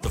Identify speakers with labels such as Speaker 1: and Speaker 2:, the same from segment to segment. Speaker 1: The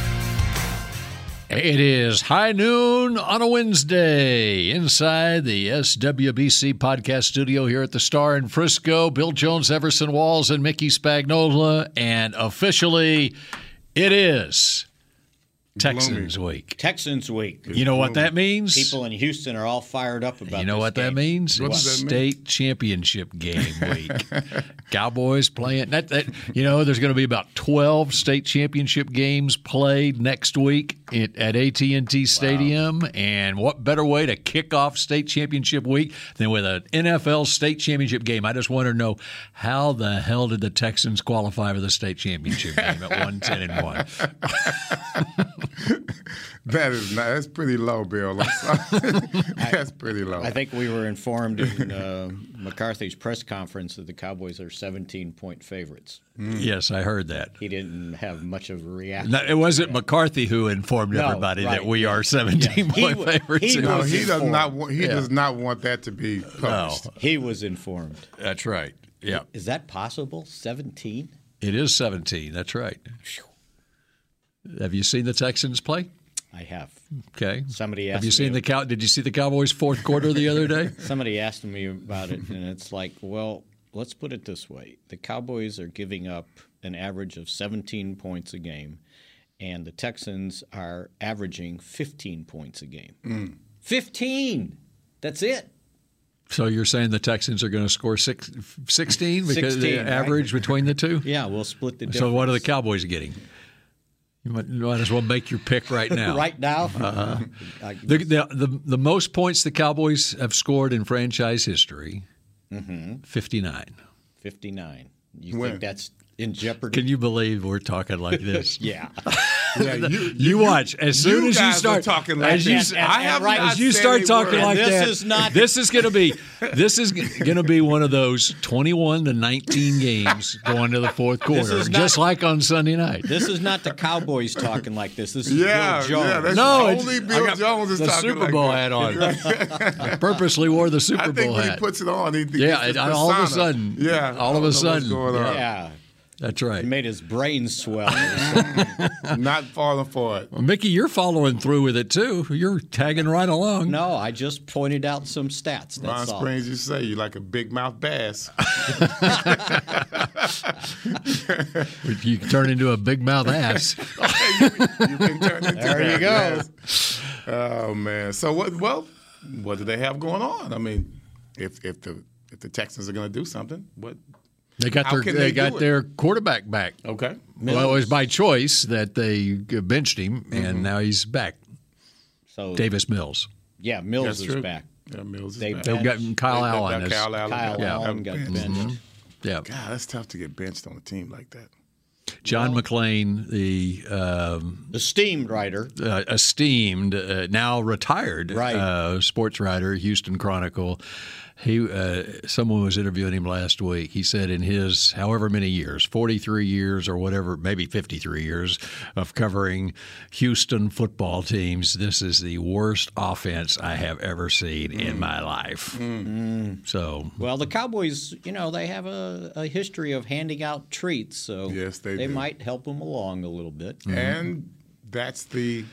Speaker 2: It is high noon on a Wednesday inside the SWBC podcast studio here at the Star in Frisco. Bill Jones, Everson Walls, and Mickey Spagnola. And officially, it is Texans week.
Speaker 3: Texans week.
Speaker 2: You know what that means?
Speaker 3: People in Houston are all fired up about.
Speaker 2: you know
Speaker 3: this
Speaker 2: what that
Speaker 3: game.
Speaker 2: means?
Speaker 4: What
Speaker 2: it's
Speaker 4: does that mean?
Speaker 2: state championship game week. Cowboys playing. That, that you know, there's going to be about 12 state championship games played next week at, at AT&T Stadium. And what better way to kick off state championship week than with an NFL state championship game? I just want to know how the hell did the Texans qualify for the state championship game at 110 and one?
Speaker 4: That is not, that's pretty low, Bill. I'm sorry. that's pretty low.
Speaker 3: I think we were informed in uh, McCarthy's press conference that the Cowboys are 17 point favorites.
Speaker 2: Yes, I heard that.
Speaker 3: He didn't have much of a reaction.
Speaker 2: No, it wasn't McCarthy who informed
Speaker 3: No,
Speaker 2: everybody that
Speaker 3: right.
Speaker 2: we are 17
Speaker 3: Yeah. He
Speaker 2: point
Speaker 3: wa-
Speaker 2: favorites. It
Speaker 3: he was-
Speaker 4: no,
Speaker 2: was-
Speaker 4: Oh, he does
Speaker 3: Four.
Speaker 4: not want he does not want that to be published.
Speaker 3: He was informed.
Speaker 2: that's right. Yeah,
Speaker 3: Is that possible? 17?
Speaker 2: it is 17. That's right. Have you seen the Texans play?
Speaker 3: I have.
Speaker 2: Okay.
Speaker 3: Somebody
Speaker 2: Have
Speaker 3: asked
Speaker 2: you seen
Speaker 3: me-
Speaker 2: the cow? Did you see the Cowboys' fourth quarter the other day?
Speaker 3: Somebody asked me about it, and it's like, well, let's put it this way the Cowboys are giving up an average of 17 points a game, and the Texans are averaging 15 points a game.
Speaker 2: Mm.
Speaker 3: 15! That's it.
Speaker 2: So you're saying the Texans are going to score six, 16 because
Speaker 3: 16,
Speaker 2: the
Speaker 3: right.
Speaker 2: average between the two?
Speaker 3: Yeah, we'll split the difference.
Speaker 2: So what are the Cowboys getting? You might, you might as well make your pick right now.
Speaker 3: Right now?
Speaker 2: Uh-huh.
Speaker 3: I-
Speaker 2: The, the, the, the most points the Cowboys have scored in franchise history,
Speaker 4: Mm-hmm.
Speaker 2: 59.
Speaker 3: 59. You
Speaker 4: When?
Speaker 3: think that's in jeopardy?
Speaker 2: Can you believe we're talking like this?
Speaker 3: yeah.
Speaker 4: Yeah, you,
Speaker 2: You watch as soon as you
Speaker 4: guys are
Speaker 2: start
Speaker 4: talking like
Speaker 2: as you,
Speaker 4: that. And-
Speaker 2: I
Speaker 3: and
Speaker 2: have
Speaker 3: right-
Speaker 2: as you
Speaker 4: not
Speaker 2: start
Speaker 4: said a
Speaker 2: talking
Speaker 4: word.
Speaker 2: like
Speaker 3: This
Speaker 2: that.
Speaker 3: is not-
Speaker 2: This is going to be. This is going to be one of those twenty-one to nineteen games going to the fourth quarter,
Speaker 3: is not-
Speaker 2: just like on Sunday night.
Speaker 3: This is not the Cowboys talking like this. This is
Speaker 4: yeah,
Speaker 3: Bill Jones.
Speaker 4: yeah. That's
Speaker 2: No, it's-
Speaker 4: only
Speaker 2: I
Speaker 4: Bill
Speaker 2: got
Speaker 4: Jones is
Speaker 2: the
Speaker 4: talking
Speaker 2: Super
Speaker 4: like
Speaker 2: Bowl
Speaker 4: that.
Speaker 2: hat on. I purposely wore the Super
Speaker 4: I think
Speaker 2: Bowl
Speaker 4: when
Speaker 2: hat.
Speaker 4: he puts it on, he thinks
Speaker 2: Yeah,
Speaker 4: it's his
Speaker 2: it- all of a
Speaker 4: persona.
Speaker 2: sudden. All
Speaker 4: Yeah, I
Speaker 2: of a
Speaker 4: don't know what's
Speaker 2: sudden.
Speaker 4: going on.
Speaker 3: Yeah.
Speaker 2: That's right.
Speaker 3: It made his brain swell.
Speaker 4: Not falling for it.
Speaker 2: Well, Mickey, you're following through with it too. You're tagging right along.
Speaker 3: no, I just pointed out some stats.
Speaker 4: Ron
Speaker 3: That's all.
Speaker 4: Springs, you say you like a big mouth bass.
Speaker 2: You turn into a big mouth ass.
Speaker 4: you can turn into
Speaker 3: There you
Speaker 4: that,
Speaker 3: go.
Speaker 4: yes. Oh man. So what? Well, what do they have going on? I mean, if if the if the Texans are going to do something, what?
Speaker 2: They got
Speaker 4: How
Speaker 2: their
Speaker 4: can
Speaker 2: they,
Speaker 4: they do
Speaker 2: got
Speaker 4: it? Oh,
Speaker 2: their quarterback back.
Speaker 4: Okay.
Speaker 2: Well, it was by choice that they benched him,
Speaker 4: Mm-hmm.
Speaker 2: and now he's back.
Speaker 3: So
Speaker 2: Davis Mills.
Speaker 3: yeah, Mills
Speaker 4: That's
Speaker 3: is
Speaker 4: true.
Speaker 3: back.
Speaker 4: Yeah, Mills is
Speaker 3: They-
Speaker 4: back.
Speaker 3: they
Speaker 2: They've gotten Kyle
Speaker 4: They've
Speaker 2: Allen.
Speaker 4: got
Speaker 2: as-
Speaker 4: Kyle Allen.
Speaker 3: Kyle
Speaker 2: Yeah.
Speaker 3: Allen got
Speaker 4: Benched.
Speaker 3: benched.
Speaker 2: Yeah.
Speaker 4: God, that's tough to get benched on a team like that.
Speaker 2: John McLean, the
Speaker 3: The steam rider.
Speaker 2: uh, esteemed, uh, now retired
Speaker 3: Right.
Speaker 2: uh, sports writer, Houston Chronicle. He, uh, someone was interviewing him last week. He said in his however many years, 43 years or whatever, maybe 53 years of covering Houston football teams, this is the worst offense I have ever seen in my life. So
Speaker 3: Mm. Mm-hmm. Well, the Cowboys, you know, they have a, a history of handing out treats, so
Speaker 4: Yes, they
Speaker 3: they
Speaker 4: do.
Speaker 3: might help them along a little bit.
Speaker 2: Mm-hmm.
Speaker 4: And that's the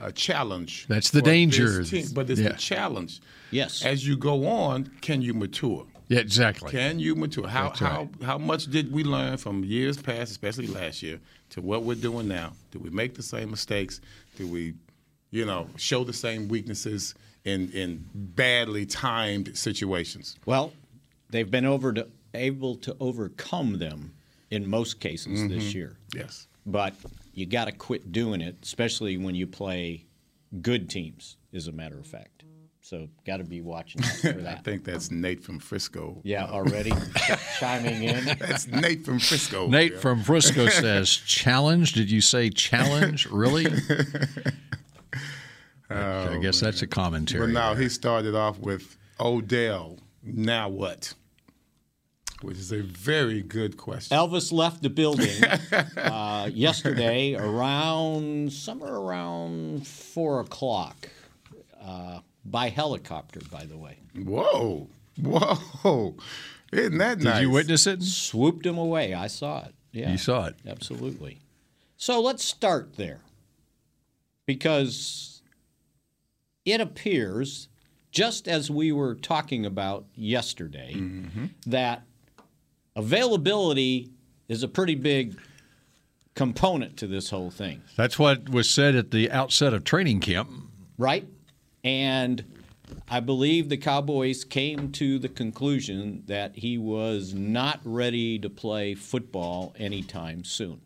Speaker 4: uh, challenge.
Speaker 2: That's the
Speaker 4: for this
Speaker 2: danger.
Speaker 4: team. But it's
Speaker 2: Yeah.
Speaker 4: the challenge.
Speaker 3: Yes.
Speaker 4: As you go on, can you mature?
Speaker 2: yeah, exactly.
Speaker 4: Can you mature? How how how much did we learn from years past, especially last year, to what we're doing now? Did we make the same mistakes? Did we, you know, show the same weaknesses in in badly timed situations?
Speaker 3: Well, they've been over to, able to overcome them in most cases
Speaker 4: Mm-hmm.
Speaker 3: this year.
Speaker 4: Yes.
Speaker 3: But you got to quit doing it, especially when you play good teams, as a matter of fact. So, got to be watching out for
Speaker 4: I
Speaker 3: that.
Speaker 4: think that's Nate from Frisco.
Speaker 3: yeah, already chiming in.
Speaker 4: That's Nate from Frisco.
Speaker 2: Nate
Speaker 4: Oh, Yeah.
Speaker 2: from Frisco says, "Challenge? Did you say challenge? Really?" I
Speaker 4: Oh,
Speaker 2: guess that's a
Speaker 4: But
Speaker 2: commentary.
Speaker 4: now he started off with Odell. Now what? Which is a very good question.
Speaker 3: Elvis left the building uh, yesterday around somewhere around four o'clock uh, by helicopter. By the way,
Speaker 4: Whoa. Whoa. Isn't that
Speaker 2: Did
Speaker 4: nice?
Speaker 2: you witness it?
Speaker 3: swooped him away. I saw it. Yeah,
Speaker 2: You saw it.
Speaker 3: absolutely. So let's start there, because it appears, just as we were talking about yesterday, that availability is a pretty big component to this whole thing.
Speaker 2: That's what was said at the outset of training camp.
Speaker 3: right? And I believe the Cowboys came to the conclusion that he was not ready to play football anytime soon.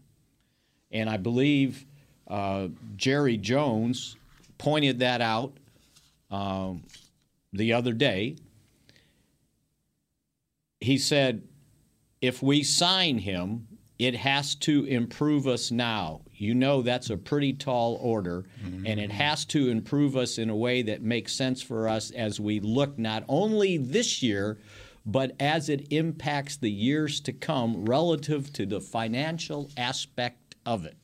Speaker 3: And I believe uh, Jerry Jones pointed that out um, the other day. He said, if we sign him, it has to improve us now. You know that's a pretty tall order, and
Speaker 4: Mm-hmm.
Speaker 3: it has to improve us in a way that makes sense for us as we look not only this year, but as it impacts the years to come relative to the financial aspect of it.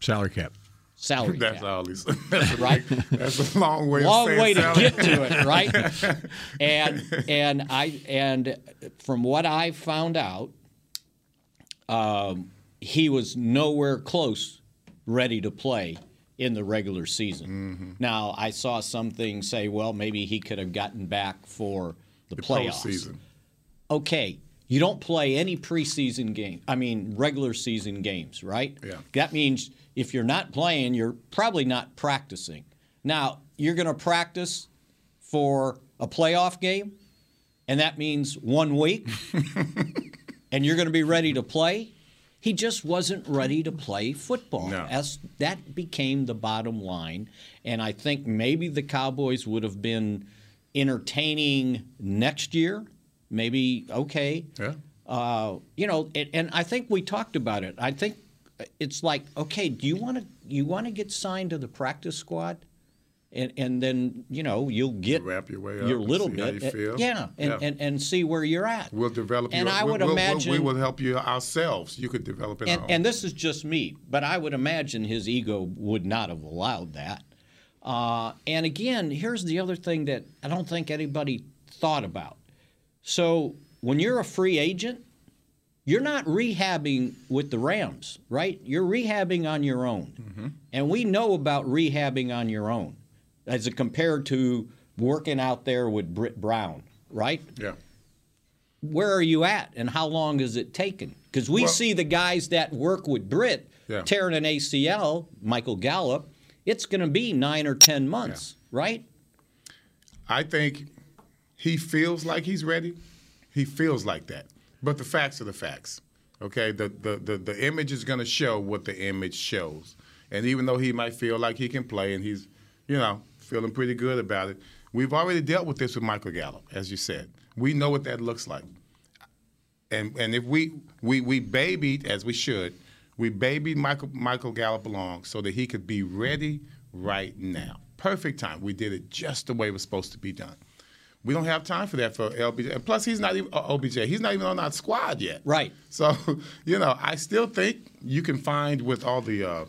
Speaker 2: Salary cap.
Speaker 3: Salary
Speaker 4: That's
Speaker 3: cap,
Speaker 4: all he's. That's a,
Speaker 3: right?
Speaker 4: that's a long way.
Speaker 3: long
Speaker 4: of saying
Speaker 3: way to
Speaker 4: salary.
Speaker 3: get to it, right? and and I and from what I found out, um, he was nowhere close ready to play in the regular season. Now I saw something say, well, maybe he could have gotten back for the, playoffs.
Speaker 4: Postseason.
Speaker 3: Okay. You don't play any preseason game. I mean, regular season games, right?
Speaker 4: Yeah.
Speaker 3: That means if you're not playing, you're probably not practicing. Now, you're going to practice for a playoff game, and that means one week, and you're going to be ready to play. He just wasn't ready to play football.
Speaker 4: No.
Speaker 3: As that became the bottom line, and I think maybe the Cowboys would have been entertaining next year. Maybe okay
Speaker 4: Yeah.
Speaker 3: uh, you know, and, and I think we talked about it. I think it's like, okay, do you want to you want to get signed to the practice squad, and and then you know you'll get
Speaker 4: Wrap your way up
Speaker 3: your
Speaker 4: and
Speaker 3: little
Speaker 4: see how
Speaker 3: bit, eh,
Speaker 4: you feel.
Speaker 3: yeah, and,
Speaker 4: Yeah.
Speaker 3: And, and see where you're at.
Speaker 4: We'll develop.
Speaker 3: And
Speaker 4: your,
Speaker 3: I
Speaker 4: we-
Speaker 3: would
Speaker 4: we'll- we'll-
Speaker 3: imagine
Speaker 4: we will help you ourselves. You could develop it.
Speaker 3: and,
Speaker 4: on.
Speaker 3: and this is just me, but I would imagine his ego would not have allowed that. Uh, and again, here's the other thing that I don't think anybody thought about. So when you're a free agent, you're not rehabbing with the Rams, right? You're rehabbing on your own. And we know about rehabbing on your own as it compared to working out there with Britt Brown, right?
Speaker 4: yeah.
Speaker 3: where are you at and how long is it taken? Because we see the guys that work with Britt
Speaker 4: Yeah.
Speaker 3: tearing an ACL, Michael Gallup, it's going to be nine or 10 months, right?
Speaker 4: I think he feels like he's ready. He feels like that. But the facts are the facts. Okay? The the the, the image is gonna show what the image shows. And even though he might feel like he can play and he's, you know, feeling pretty good about it, we've already dealt with this with Michael Gallup, as you said. We know what that looks like. And and if we we we babied as we should, we babied Michael Michael Gallup along so that he could be ready right now. Perfect time. We did it just the way it was supposed to be done. We don't have time for that for LBJ. And plus, he's not even uh, OBJ. He's not even on our squad yet.
Speaker 3: Right.
Speaker 4: So, you know, I still think you can find with all the uh, uh,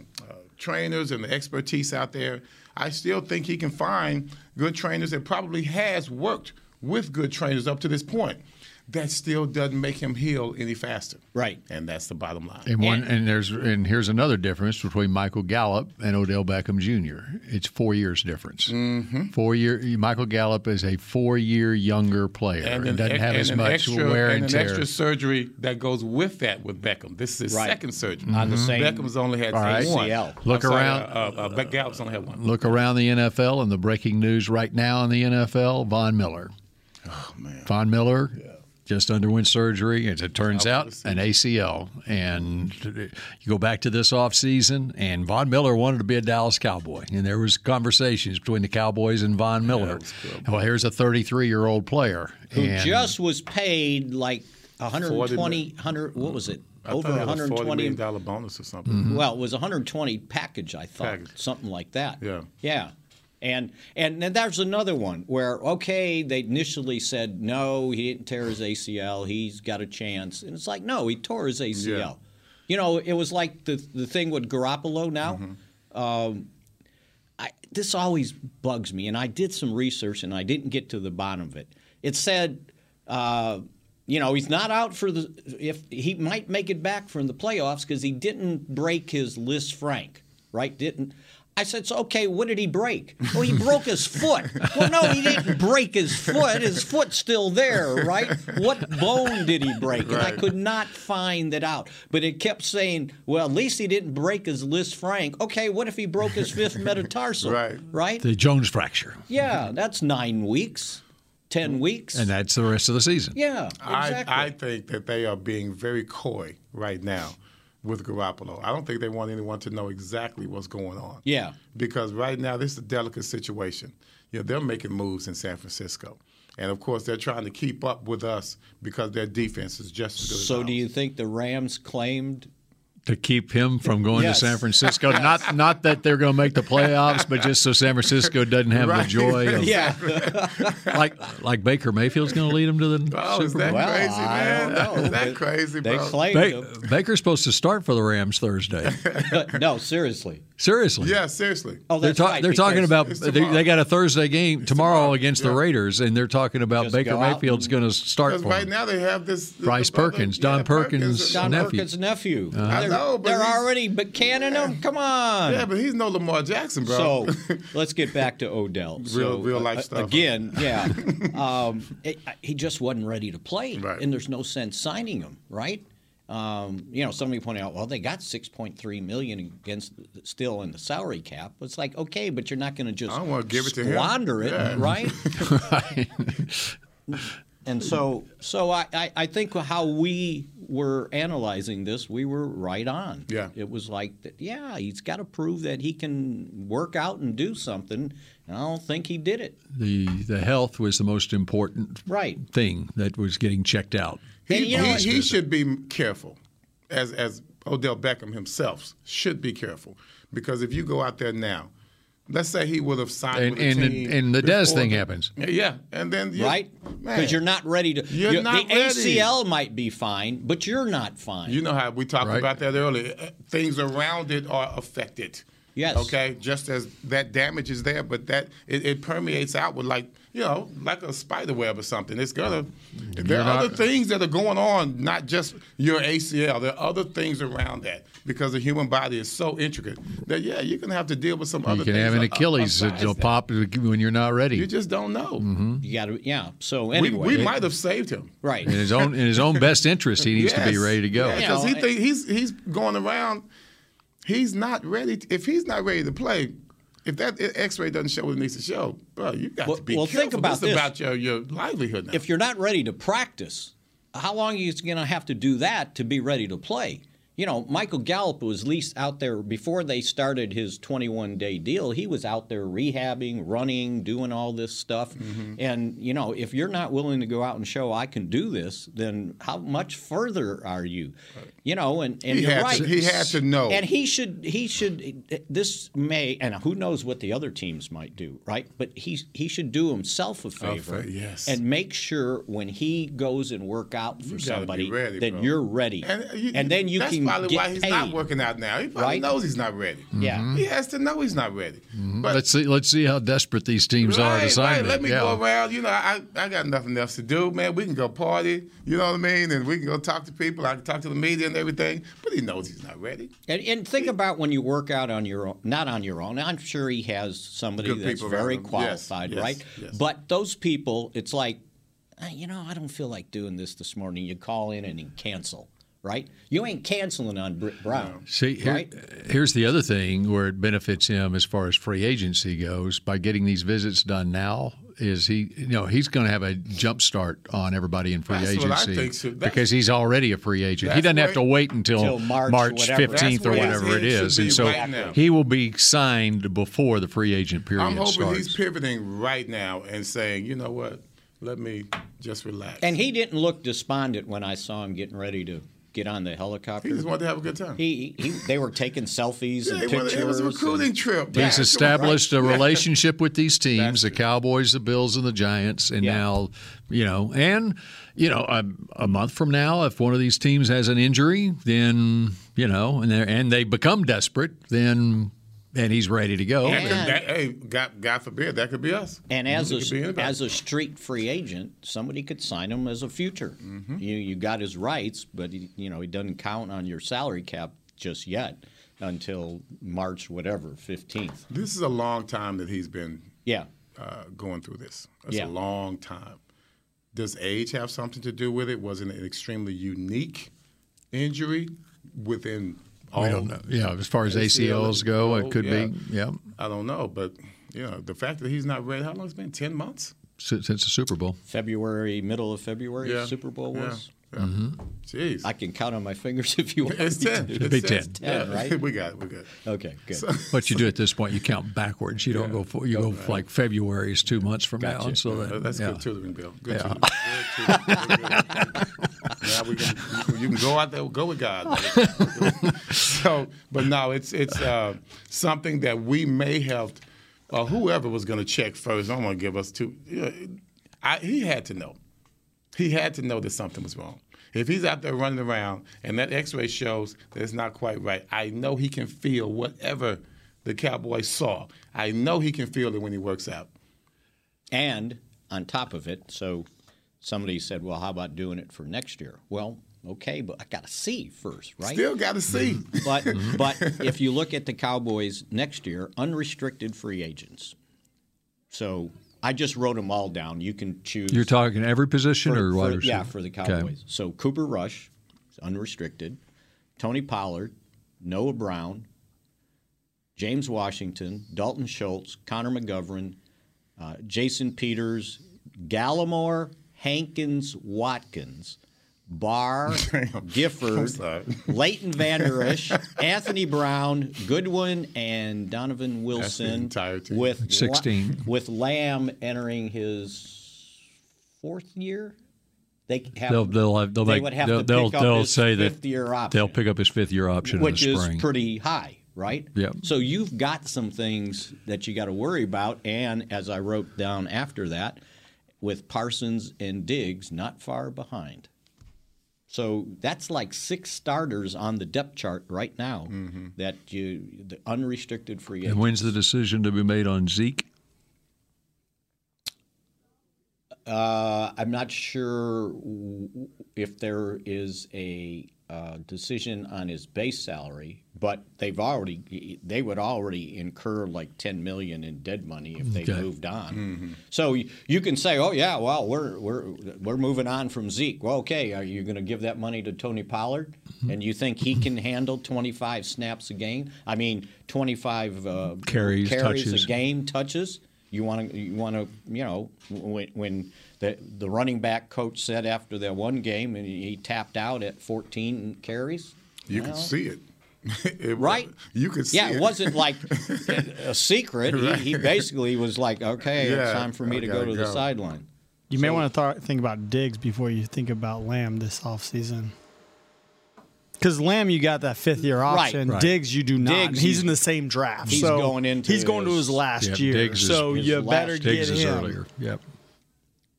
Speaker 4: trainers and the expertise out there. I still think he can find good trainers that probably has worked with good trainers up to this point. That still doesn't make him heal any faster.
Speaker 3: Right.
Speaker 4: And that's the bottom line.
Speaker 2: And one and there's and here's another difference between Michael Gallup and Odell Beckham Jr. It's four years difference. Mm-hmm. Four year Michael Gallup is a four year younger player and,
Speaker 4: an
Speaker 2: doesn't
Speaker 4: ex-
Speaker 2: have as
Speaker 4: an
Speaker 2: much
Speaker 4: extra,
Speaker 2: wear and,
Speaker 4: an
Speaker 2: tear.
Speaker 4: extra surgery that goes with that with Beckham. This is his
Speaker 3: Right.
Speaker 4: second surgery. Mm-hmm.
Speaker 3: On the same
Speaker 4: Beckham's only had
Speaker 2: right.
Speaker 4: one.
Speaker 3: ACL.
Speaker 2: Look
Speaker 4: I'm sorry,
Speaker 2: around.
Speaker 4: uh, uh, Beck Gallup's only had one.
Speaker 2: Look around the NFL and the breaking news right now in the NFL: Von Miller.
Speaker 4: Oh man.
Speaker 2: Von Miller just underwent surgery, as it turns out,
Speaker 4: was
Speaker 2: an ACL. And you go back to this offseason, and Von Miller wanted to be a Dallas Cowboy. And there was conversations between the Cowboys and Von Miller. well, here's a 33-year-old player.
Speaker 3: Who
Speaker 2: and
Speaker 3: just was paid like 120, 100, what was it? Over
Speaker 4: I thought it was a $40
Speaker 3: 120.
Speaker 4: million dollar
Speaker 2: Mm-hmm.
Speaker 4: bonus or something.
Speaker 3: Well, it was 120 package, I thought,
Speaker 4: Mm-hmm. Package.
Speaker 3: something like that.
Speaker 4: Yeah.
Speaker 3: Yeah. And and then there's another one where okay, they initially said no, he didn't tear his ACL, he's got a chance, and it's like no, he tore his ACL. You know, it was like the the thing with Garoppolo now. Um, I, this always bugs me, and I did some research and I didn't get to the bottom of it. It said, uh, you know, he's not out for the if he might make it back from the playoffs because he didn't break his Liz Frank, right? Didn't. I said, so okay, what did he break? Well, he broke his foot. Well, no, he didn't break his foot. His foot's still there, right? What bone did he break? And I could not find that out. But it kept saying, well, at least he didn't break his Liz Frank. Okay, what if he broke his fifth metatarsal?
Speaker 4: Right.
Speaker 3: Right?
Speaker 2: The Jones fracture.
Speaker 3: Yeah, that's nine weeks, ten weeks.
Speaker 2: And that's the rest of the season.
Speaker 3: yeah, exactly.
Speaker 4: I, I think that they are being very coy right now with Garoppolo. I don't think they want anyone to know exactly what's going on.
Speaker 3: Yeah.
Speaker 4: Because right now, this is a delicate situation. You know, they're making moves in San Francisco. And of course, they're trying to keep up with us because their defense is just as good as
Speaker 3: so do
Speaker 4: ours.
Speaker 3: you think the Rams claimed?
Speaker 2: To keep him from going
Speaker 3: Yes.
Speaker 2: to San Francisco. Not not that they're going to make the playoffs, but just so San Francisco doesn't have the
Speaker 4: Right.
Speaker 2: joy of
Speaker 3: Yeah.
Speaker 2: like like Baker Mayfield's going to lead them to the
Speaker 4: Oh, is
Speaker 2: Super
Speaker 4: that
Speaker 2: Bowl.
Speaker 3: Well,
Speaker 4: crazy,
Speaker 3: I
Speaker 4: man?
Speaker 3: don't know,
Speaker 4: Is that
Speaker 3: but
Speaker 4: crazy,
Speaker 3: They
Speaker 4: bro?
Speaker 3: claimed
Speaker 2: Ba- Baker's supposed to start for the Rams Thursday.
Speaker 3: him. no, seriously.
Speaker 2: Seriously.
Speaker 4: yeah, seriously.
Speaker 3: Oh,
Speaker 2: They're,
Speaker 3: that's
Speaker 2: ta-
Speaker 3: right,
Speaker 2: they're talking
Speaker 3: because-
Speaker 2: about
Speaker 4: It's
Speaker 2: they,
Speaker 4: tomorrow.
Speaker 2: they got a Thursday game tomorrow, against the
Speaker 4: yeah.
Speaker 2: Raiders, and they're talking about
Speaker 3: Just
Speaker 2: Baker
Speaker 3: go out
Speaker 2: Mayfield's going to start
Speaker 4: Because
Speaker 2: for
Speaker 4: right
Speaker 2: him.
Speaker 4: now they have this. uh, the-
Speaker 2: Bryce
Speaker 4: the brother-
Speaker 2: Perkins, Don Perkins'
Speaker 3: John
Speaker 2: nephew.
Speaker 3: Perkins' nephew. they're,
Speaker 4: know, but
Speaker 3: they're
Speaker 4: he's-
Speaker 3: already canning him. Come on.
Speaker 4: Yeah, but he's no Lamar Jackson, bro.
Speaker 3: So let's get back to Odell. Real,
Speaker 4: real life stuff.
Speaker 3: Again, yeah. Um, it, I- he just wasn't ready to play,
Speaker 4: Right.
Speaker 3: and there's no sense signing him, right? Um, you know, somebody pointed out, well, they got 6.3 million against still in the salary cap. It's like, okay, but you're not going to just
Speaker 4: I don't wanna give it to him.
Speaker 3: squander it,
Speaker 4: Yeah.
Speaker 3: right? And so, so I, I, I think how we were analyzing this, we were right on.
Speaker 4: Yeah.
Speaker 3: It was like, that, yeah, he's got to prove that he can work out and do something. And I don't think he did it.
Speaker 2: The the health was the most important
Speaker 3: Right.
Speaker 2: thing that was getting checked out.
Speaker 3: And,
Speaker 4: he,
Speaker 3: you know,
Speaker 4: he, he should be careful, as as Odell Beckham himself should be careful, because if you go out there now, let's say he would have signed
Speaker 2: And
Speaker 4: with a
Speaker 2: and,
Speaker 4: team
Speaker 2: and the Dez
Speaker 4: before
Speaker 2: thing
Speaker 4: the-
Speaker 2: happens.
Speaker 4: Yeah, yeah, and then you,
Speaker 3: right?
Speaker 4: man,
Speaker 3: Because you're not ready to.
Speaker 4: You're not
Speaker 3: the
Speaker 4: ready.
Speaker 3: ACL might be fine, but you're not fine.
Speaker 4: You know how we talked
Speaker 2: Right.
Speaker 4: about that earlier. Uh, Things around it are affected.
Speaker 3: Yes.
Speaker 4: Okay. Just as that damage is there, but that it, it permeates outward like you know, like a spider web or something. It's gonna. There are
Speaker 2: not-
Speaker 4: other things that are going on, not just your ACL. There are other things around that because the human body is so intricate that yeah, you're gonna have to deal with some other.
Speaker 2: You can
Speaker 4: things
Speaker 2: have an
Speaker 4: a- a-
Speaker 2: Achilles
Speaker 4: besides
Speaker 2: that'll
Speaker 4: that.
Speaker 2: pop when you're not ready.
Speaker 4: You just don't know.
Speaker 2: Mm-hmm.
Speaker 3: You got to, yeah. So
Speaker 4: We,
Speaker 3: anyway,
Speaker 4: we might have saved him.
Speaker 3: right?
Speaker 2: in his own in his own best interest, he needs to be
Speaker 4: Yes.
Speaker 2: ready to go.
Speaker 4: Yeah,
Speaker 3: You
Speaker 4: because he
Speaker 3: know,
Speaker 4: think he's he's going around. He's not ready. To, if he's not ready to play, if that i- X-ray doesn't show what it needs to show, bro, you got
Speaker 3: Well-
Speaker 4: to be
Speaker 3: well,
Speaker 4: careful.
Speaker 3: think about
Speaker 4: this,
Speaker 3: this.
Speaker 4: is about your your livelihood now.
Speaker 3: if you're not ready to practice, how long are you going to have to do that to be ready to play? You know, Michael Gallup was at least out there before they started his 21 day deal. He was out there rehabbing, running, doing all this stuff.
Speaker 4: Mm-hmm.
Speaker 3: And, you know, if you're not willing to go out and show I can do this, then how much further are you? You know, and, and
Speaker 4: He
Speaker 3: you're
Speaker 4: had to-
Speaker 3: right.
Speaker 4: he had to know.
Speaker 3: And he should he should this may and who knows what the other teams might do, right? But he he should do himself a favor
Speaker 4: fa- uh, yes.
Speaker 3: and make sure when he goes and work out for
Speaker 4: gotta be
Speaker 3: somebody
Speaker 4: ready,
Speaker 3: that
Speaker 4: bro.
Speaker 3: you're ready,
Speaker 4: and, uh, you-
Speaker 3: And then you
Speaker 4: that's
Speaker 3: can
Speaker 4: probably
Speaker 3: get
Speaker 4: why he's
Speaker 3: paid.
Speaker 4: not working out now. He probably
Speaker 3: Right?
Speaker 4: knows he's not ready.
Speaker 3: Yeah. Mhm.
Speaker 4: he has to know he's not ready. But
Speaker 2: Mm-hmm. Let's see let's see how desperate these teams are to
Speaker 4: Right,
Speaker 2: sign
Speaker 4: right.
Speaker 2: him.
Speaker 4: Let me
Speaker 2: yeah.
Speaker 4: go around. You know, I, I got nothing else to do, man. We can go party. You know what I mean? And we can go talk to people. I can talk to the media and everything. But he knows he's not ready.
Speaker 3: And, and think about when you work out on your own, not on your own. I'm sure he has somebody
Speaker 4: Good
Speaker 3: that's
Speaker 4: people around
Speaker 3: very
Speaker 4: him. Yes,
Speaker 3: qualified,
Speaker 4: yes,
Speaker 3: right?
Speaker 4: yes.
Speaker 3: But those people, it's like, "Ah, you know, I don't feel like doing this this morning. You call in and you cancel, right? You ain't canceling on Britt Brown,
Speaker 2: See, here,
Speaker 3: right?
Speaker 2: here's the other thing where it benefits him as far as free agency goes by getting these visits done now. Is he? You know, he's going to have a jump start on everybody in free
Speaker 4: That's
Speaker 2: agency
Speaker 4: what I think, so that's-
Speaker 2: because he's already a free agent. He
Speaker 4: That's
Speaker 2: doesn't have
Speaker 4: where-
Speaker 2: to wait until
Speaker 3: Till March, whatever.
Speaker 2: fifteenth or
Speaker 4: That's where his
Speaker 2: whatever it
Speaker 4: head should
Speaker 2: is,
Speaker 4: be
Speaker 2: and so
Speaker 4: right now.
Speaker 2: he will be signed before the free agent period
Speaker 4: I'm hoping
Speaker 2: starts.
Speaker 4: he's pivoting right now and saying, you know what? Let me just relax.
Speaker 3: And he didn't look despondent when I saw him getting ready to get on the helicopter.
Speaker 4: He just wanted to have a good time.
Speaker 3: He, he, they were taking selfies
Speaker 4: Yeah,
Speaker 3: and
Speaker 4: he wanted-
Speaker 3: pictures.
Speaker 4: it was a recruiting
Speaker 3: and-
Speaker 4: trip. Yeah,
Speaker 2: He's
Speaker 4: come on,
Speaker 2: established
Speaker 4: right?
Speaker 2: a relationship with these teams, the Cowboys, the Bills, and the Giants, and
Speaker 3: Yeah.
Speaker 2: now, you know, and you know, a, a month from now, if one of these teams has an injury, then you know, and they are and they become desperate, then and he's ready to go.
Speaker 4: That could- that- hey, God, God forbid, that could be us.
Speaker 3: And as
Speaker 4: It could be
Speaker 3: a
Speaker 4: anybody.
Speaker 3: as a street free agent, somebody could sign him as a future.
Speaker 4: Mm-hmm.
Speaker 3: You you got his rights, but he, you know he doesn't count on your salary cap just yet until March whatever fifteenth.
Speaker 4: this is a long time that he's been
Speaker 3: Yeah,
Speaker 4: uh, going through this. That's a
Speaker 3: Yeah.
Speaker 4: long time. Does age have something to do with it? Was it an extremely unique injury within all?
Speaker 2: I don't know. Yeah, as far as
Speaker 4: ACL,
Speaker 2: ACLs go,
Speaker 3: Oh,
Speaker 2: it could
Speaker 4: yeah.
Speaker 2: be. Yeah,
Speaker 4: I don't know, but you know the fact that he's not ready. How long it's been? Ten months.
Speaker 2: since, since the Super Bowl.
Speaker 3: February, middle of February, Super Bowl
Speaker 4: Yeah. Yeah.
Speaker 3: was.
Speaker 4: Jeez.
Speaker 3: I can count on my fingers if you want.
Speaker 4: it's
Speaker 3: me to.
Speaker 4: ten.
Speaker 2: be
Speaker 4: It's
Speaker 2: 10.
Speaker 3: Yeah, right?
Speaker 4: we got it. We got it.
Speaker 3: Okay, good.
Speaker 2: What you do at this point, you count backwards. You don't go for you go for like February is two months from now, and so
Speaker 4: Uh,
Speaker 2: that,
Speaker 4: That's
Speaker 2: yeah.
Speaker 4: good tutoring, Bill. Good tutoring. Good tutoring. now we can, you, can, you can go out there, go with God. so, but no, it's it's uh, something that we may have, uh, whoever was going to check first. I don't want to give us two. you know, I, he had to know. He had to know that something was wrong. If he's out there running around and that X-ray shows that it's not quite right, I know he can feel whatever the cowboy saw. I know he can feel it when he works out.
Speaker 3: And on top of it, so somebody said, well, how about doing it for next year? Well, okay, but I got to see first, right?
Speaker 4: Still got to see.
Speaker 3: But, but if you look at the Cowboys next year, unrestricted free agents. So I just wrote them all down. You can choose.
Speaker 2: You're talking every position or wide
Speaker 3: for-
Speaker 2: receiver?
Speaker 3: yeah, for the
Speaker 2: Okay.
Speaker 3: Cowboys. So Cooper Rush, unrestricted. Tony Pollard, Noah Brown, James Washington, Dalton Schultz, Connor McGovern, uh, Jason Peters, Gallimore, Hankins, Watkins, Barr, Gifford, Leighton Vander Esch, Anthony Brown, Goodwin, and Donovan Wilson.
Speaker 4: entire team.
Speaker 3: With La-
Speaker 2: 16.
Speaker 3: with Lamb entering his fourth year, they have
Speaker 2: They'll they'll have, they'll
Speaker 3: they
Speaker 2: make,
Speaker 3: would have
Speaker 2: they'll,
Speaker 3: to
Speaker 2: they'll,
Speaker 3: pick up
Speaker 2: they'll
Speaker 3: his
Speaker 2: say that
Speaker 3: fifth year option,
Speaker 2: they'll pick up his fifth year option
Speaker 3: which
Speaker 2: in the
Speaker 3: is
Speaker 2: spring.
Speaker 3: pretty high, right?
Speaker 2: Yep.
Speaker 3: So you've got some things that you got to worry about, and as I wrote down after that, with Parsons and Diggs not far behind. So that's like six starters on the depth chart right now that you the unrestricted free agent.
Speaker 2: and when's the decision to be made on Zeke?
Speaker 3: Uh, I'm not sure w- w- if there is a uh, decision on his base salary, but they've already they would already incur like 10 million in dead money if they
Speaker 2: Okay.
Speaker 3: moved on. So y- you can say, "Oh yeah, well we're we're we're moving on from Zeke." Well, okay, are you going to give that money to Tony Pollard?
Speaker 2: Mm-hmm.
Speaker 3: And you think he can handle 25 snaps a game? I mean, 25 uh,
Speaker 2: Carries, touches.
Speaker 3: a game, touches. You want to you want to you know when when the the running back coach said after that one game and he tapped out at 14 carries.
Speaker 4: You could see it. It was-
Speaker 3: Right.
Speaker 4: You could see
Speaker 3: yeah,
Speaker 4: it.
Speaker 3: it wasn't like a secret. He, he basically was like, okay, it's
Speaker 4: Yeah,
Speaker 3: time for me
Speaker 4: I
Speaker 3: to go
Speaker 4: gotta
Speaker 3: to the
Speaker 4: go.
Speaker 3: sideline.
Speaker 5: You may want to th- think about Diggs before you think about Lamb this offseason. Because Lamb, you got that fifth year option.
Speaker 3: right.
Speaker 5: Diggs, you do not.
Speaker 3: Diggs,
Speaker 5: he's
Speaker 3: he's-
Speaker 5: in the same draft.
Speaker 3: he's
Speaker 5: so
Speaker 3: going into
Speaker 5: he's going to
Speaker 3: his-
Speaker 5: his last
Speaker 2: Yeah,
Speaker 5: year.
Speaker 2: Diggs is-
Speaker 5: so
Speaker 2: his
Speaker 5: you
Speaker 3: last-
Speaker 5: better
Speaker 2: Diggs
Speaker 5: get
Speaker 2: is
Speaker 5: him.
Speaker 2: earlier. Yep.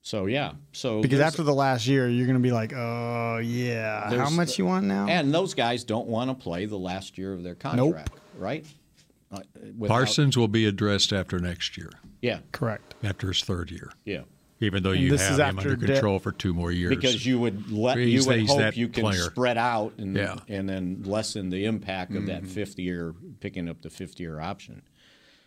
Speaker 3: So yeah, so
Speaker 5: Because
Speaker 3: there's-
Speaker 5: after the last year, you're going to be like, oh yeah, how
Speaker 3: There's-
Speaker 5: much you want now?
Speaker 3: and those guys don't want to play the last year of their contract, right? Uh, without-
Speaker 2: Parsons will be addressed after next year,
Speaker 3: yeah,
Speaker 5: Correct.
Speaker 2: after his third year,
Speaker 3: yeah.
Speaker 2: even though you
Speaker 5: this
Speaker 2: have
Speaker 5: is
Speaker 2: him
Speaker 5: after
Speaker 2: under
Speaker 5: de-
Speaker 2: control for two more years.
Speaker 3: because you would let
Speaker 2: He's-
Speaker 3: you would
Speaker 2: he's
Speaker 3: hope
Speaker 2: that
Speaker 3: you can
Speaker 2: player.
Speaker 3: spread out and
Speaker 2: Yeah. Mm-hmm.
Speaker 3: and then lessen the impact of that fifth year picking up the fifth year option.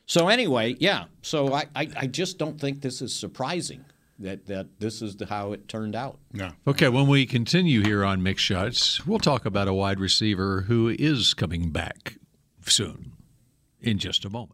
Speaker 3: So anyway, yeah. So I, I, I just don't think this is surprising that that this is the, how it turned out.
Speaker 4: No.
Speaker 2: Okay, when we continue here on Mix Shots, we'll talk about a wide receiver who is coming back soon in just a moment.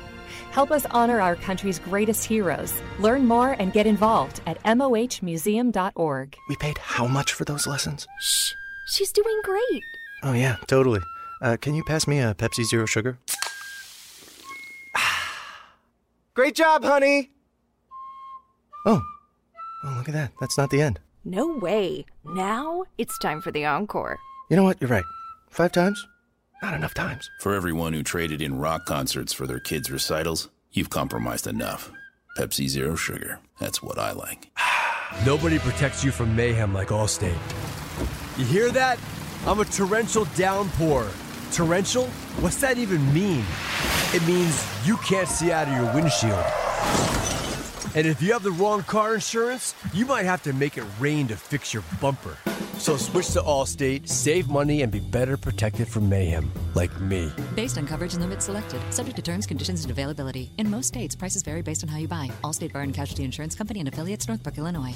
Speaker 6: Help us honor our country's greatest heroes. Learn more and get involved at mohmuseum.org.
Speaker 7: We paid how much for those lessons?
Speaker 8: She's doing great.
Speaker 7: Oh, yeah, totally. Uh, can you pass me a Pepsi Zero Sugar? Great job, honey! Oh. oh, look at that. That's not the end.
Speaker 8: No way. Now it's time for the encore.
Speaker 7: You know what? You're right. Five times? Not enough times.
Speaker 9: For everyone who traded in rock concerts for their kids' recitals, you've compromised enough. Pepsi Zero Sugar. That's what I like.
Speaker 10: Nobody protects you from mayhem like Allstate. You hear that? I'm a torrential downpour. Torrential? What's that even mean? It means you can't see out of your windshield. And if you have the wrong car insurance, you might have to make it rain to fix your bumper. So switch to Allstate, save money, and be better protected from mayhem, like me.
Speaker 11: Based on coverage and limits selected, subject to terms, conditions, and availability. In most states, prices vary based on how you buy. Allstate Bar and Casualty Insurance Company and affiliates, Northbrook, Illinois.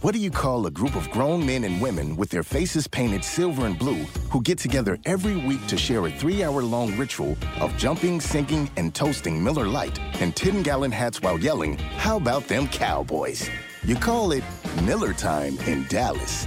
Speaker 12: What do you call a group of grown men and women with their faces painted silver and blue who get together every week to share a three hour long ritual of jumping, sinking, and toasting Miller Lite and 10 gallon hats while yelling, How about them cowboys? You call it Miller Time in Dallas.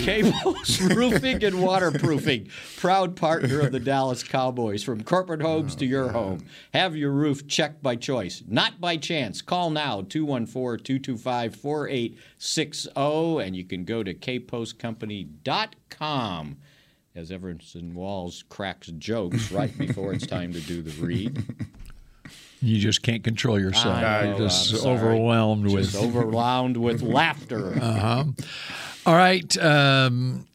Speaker 3: Cables Roofing and Waterproofing, proud partner of the Dallas Cowboys. From corporate homes to your home, have your roof checked by choice, not by chance. Call now 214 225 4860, oh. and you can go to kpostcompany.com. As Everson Walls cracks jokes right before it's time to do the read.
Speaker 2: You just can't control yourself.
Speaker 3: I know,
Speaker 2: You're just
Speaker 3: I'm sorry.
Speaker 2: overwhelmed
Speaker 3: Just
Speaker 2: with
Speaker 3: overwhelmed with laughter.
Speaker 2: Uh-huh. All right. Um,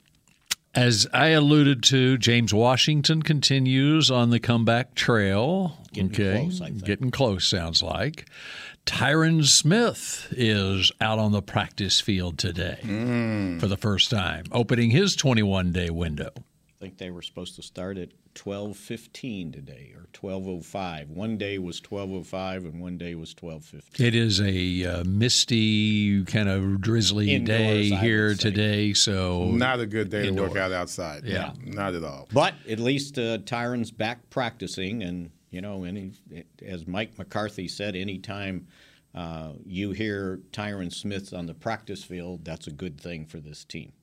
Speaker 2: as I alluded to, James Washington continues on the comeback trail. Getting
Speaker 3: close, I think.
Speaker 2: Getting close, sounds like. Tyron Smith is out on the practice field today
Speaker 3: Mm.
Speaker 2: for the first time, opening his 21 day window.
Speaker 3: I think they were supposed to start at 12:15 today or 12:05. One day was 12:05 and one day was 12:15.
Speaker 2: It is a uh, misty, kind of drizzly
Speaker 3: Indoors,
Speaker 2: day
Speaker 3: I
Speaker 2: here
Speaker 3: would say.
Speaker 2: today. So
Speaker 4: Not a good day
Speaker 2: Indoor.
Speaker 4: to work out outside.
Speaker 2: Yeah.
Speaker 4: Not at all.
Speaker 3: But at least uh, Tyron's back practicing, and you know, any as Mike McCarthy said, anytime uh, you hear Tyron Smith on the practice field, that's a good thing for this team.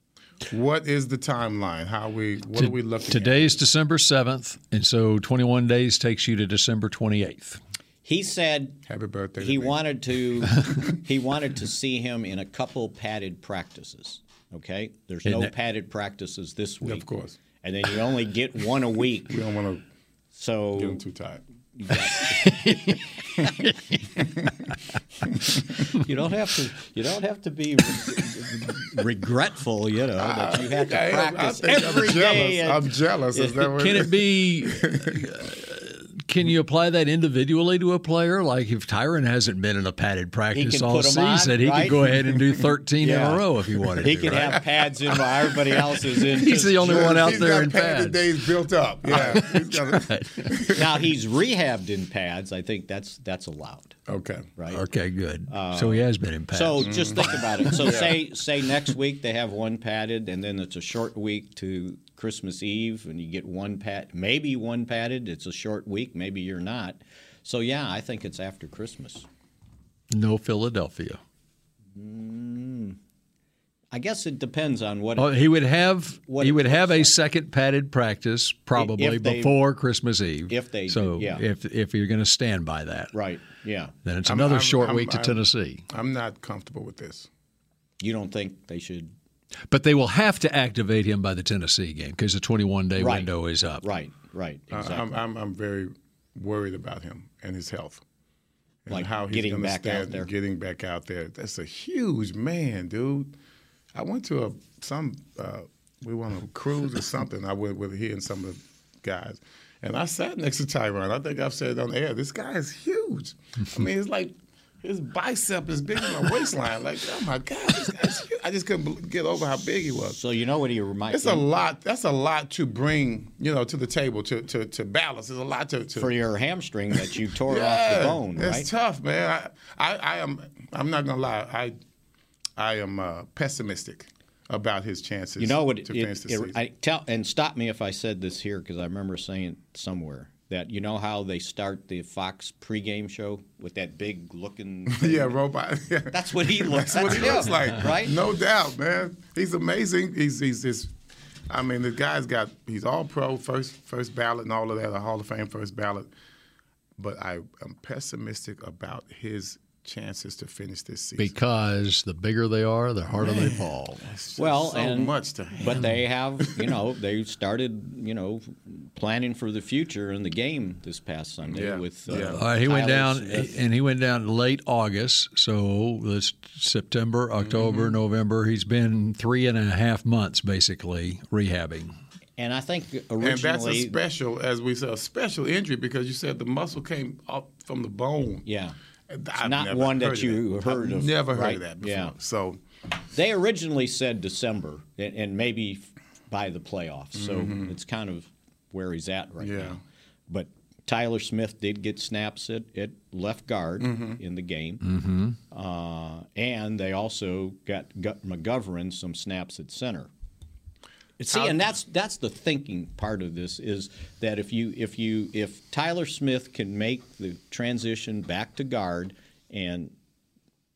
Speaker 4: What is the timeline? How we? What
Speaker 2: To-
Speaker 4: are we looking?
Speaker 2: Today's December 7th, and so 21 days takes you to December 28th.
Speaker 3: He said
Speaker 4: At? Happy birthday. to
Speaker 3: he
Speaker 4: me.
Speaker 3: wanted to he wanted to see him in a couple padded practices. Okay, there's no padded practices this week,
Speaker 4: Of course.
Speaker 3: and then you only get one a week.
Speaker 4: We don't want to get
Speaker 3: So
Speaker 4: him too tired.
Speaker 3: you don't have to you don't have to be regretful, you know, that you have to
Speaker 4: I am- I
Speaker 3: practice
Speaker 4: think I'm
Speaker 3: every
Speaker 4: jealous.
Speaker 3: day and-
Speaker 4: I'm jealous. Is that what
Speaker 2: Can it be? Can you apply that individually to a player? Like if Tyron hasn't been in a padded practice
Speaker 3: can
Speaker 2: all
Speaker 3: put 'em on,
Speaker 2: season, he
Speaker 3: right?
Speaker 2: could go ahead and do 13 in
Speaker 3: Yeah.
Speaker 2: a row if he wanted
Speaker 3: he
Speaker 2: to.
Speaker 3: can
Speaker 2: right?
Speaker 3: have pads in while everybody else is in.
Speaker 2: He's
Speaker 3: just
Speaker 2: the only one out
Speaker 4: He's
Speaker 2: there
Speaker 4: got
Speaker 2: in pads.
Speaker 4: padded days built up. Yeah. He's got a-
Speaker 3: now he's rehabbed in pads. I think that's that's allowed,
Speaker 4: okay.
Speaker 3: right?
Speaker 2: Okay, good. so he has been in pads.
Speaker 3: Uh,
Speaker 2: Mm-hmm.
Speaker 3: So just think about it. So say say next week they have one padded, and then it's a short week to Christmas Eve, and you get one pat, maybe one padded. It's a short week, maybe you're not. So yeah, I think it's after Christmas.
Speaker 2: no Philadelphia.
Speaker 3: I guess it depends on what.
Speaker 2: Oh, he would have
Speaker 3: What
Speaker 2: he
Speaker 3: it
Speaker 2: would have
Speaker 3: looks
Speaker 2: a
Speaker 3: like.
Speaker 2: second padded practice probably
Speaker 3: If they-
Speaker 2: before Christmas Eve.
Speaker 3: if they-
Speaker 2: so
Speaker 3: yeah.
Speaker 2: if if you're going to stand by that,
Speaker 3: Right. Yeah.
Speaker 2: then it's
Speaker 4: I'm-
Speaker 2: another
Speaker 4: I'm-
Speaker 2: short
Speaker 4: I'm-
Speaker 2: week to
Speaker 4: I'm-
Speaker 2: Tennessee.
Speaker 4: I'm not comfortable with this.
Speaker 3: You don't think they should?
Speaker 2: But they will have to activate him by the Tennessee game because the 21 day
Speaker 3: Right.
Speaker 2: window is up.
Speaker 3: Right. Right.
Speaker 4: I-
Speaker 3: Exactly.
Speaker 4: Uh, I'm, I'm, I'm very worried about him and his health. And
Speaker 3: Like
Speaker 4: how he's
Speaker 3: getting
Speaker 4: gonna
Speaker 3: back out
Speaker 4: stand
Speaker 3: there.
Speaker 4: Getting back out there. That's a huge man, dude. I went to a some uh, we went on a cruise or something. I went with he and some of the guys. And I sat next to Tyron. I think I've said it on the air, this guy is huge. I mean, it's like His bicep is bigger than my waistline. Like, oh my God, this guy's huge. I just couldn't bel- get over how big he was.
Speaker 3: So you know what he reminds
Speaker 4: It's a lot. That's a lot to bring, you know, to the table to to, to balance. It's a lot to, to
Speaker 3: for your hamstring that you tore off
Speaker 4: Yeah,
Speaker 3: the bone,
Speaker 4: it's
Speaker 3: right?
Speaker 4: tough, man. I, I, I am. I'm not gonna lie. I, I am uh, pessimistic about his chances.
Speaker 3: You know what?
Speaker 4: To
Speaker 3: it-
Speaker 4: finish the
Speaker 3: it-
Speaker 4: season.
Speaker 3: I tell and stop me if I said this here because I remember saying it somewhere that you know how they start the Fox pregame show with that big looking.
Speaker 4: yeah, robot.
Speaker 3: That's what he looks.
Speaker 4: That's what he
Speaker 3: him,
Speaker 4: looks like,
Speaker 3: right?
Speaker 4: No doubt, man. He's amazing. He's he's, he's I mean, the guy's got he's all pro, first first ballot, and all of that, a Hall of Fame first ballot. But I am pessimistic about his chances to finish this season.
Speaker 2: Because the bigger they are, the harder they fall.
Speaker 3: Well,
Speaker 4: so
Speaker 3: and
Speaker 4: much to
Speaker 3: but they have, you know, they started, you know, planning for the future in the game this past Sunday
Speaker 2: Yeah,
Speaker 3: with. uh,
Speaker 2: All right, Uh, he went
Speaker 3: Tyler
Speaker 2: down,
Speaker 3: Smith.
Speaker 2: and he went down late August. So it's September, October, November. He's been three and a half months basically rehabbing.
Speaker 3: And I think originally,
Speaker 4: And that's a special, as we said, a special injury because you said the muscle came off from the bone.
Speaker 3: Yeah.
Speaker 4: It's
Speaker 3: not one that you heard of,
Speaker 4: Never heard
Speaker 3: right?
Speaker 4: of that before.
Speaker 3: Yeah.
Speaker 4: So
Speaker 3: they originally said December, and, and maybe f- by the playoffs. So
Speaker 4: Mhm.
Speaker 3: it's kind of where he's at right
Speaker 4: Yeah.
Speaker 3: now. But Tyler Smith did get snaps at, at left guard
Speaker 13: Mhm.
Speaker 3: in the game,
Speaker 13: Mhm.
Speaker 3: uh, and they also got, got McGovern some snaps at center. See,
Speaker 13: How-
Speaker 3: and that's that's the thinking part of this is that if you if you if Tyler Smith can make the transition back to guard and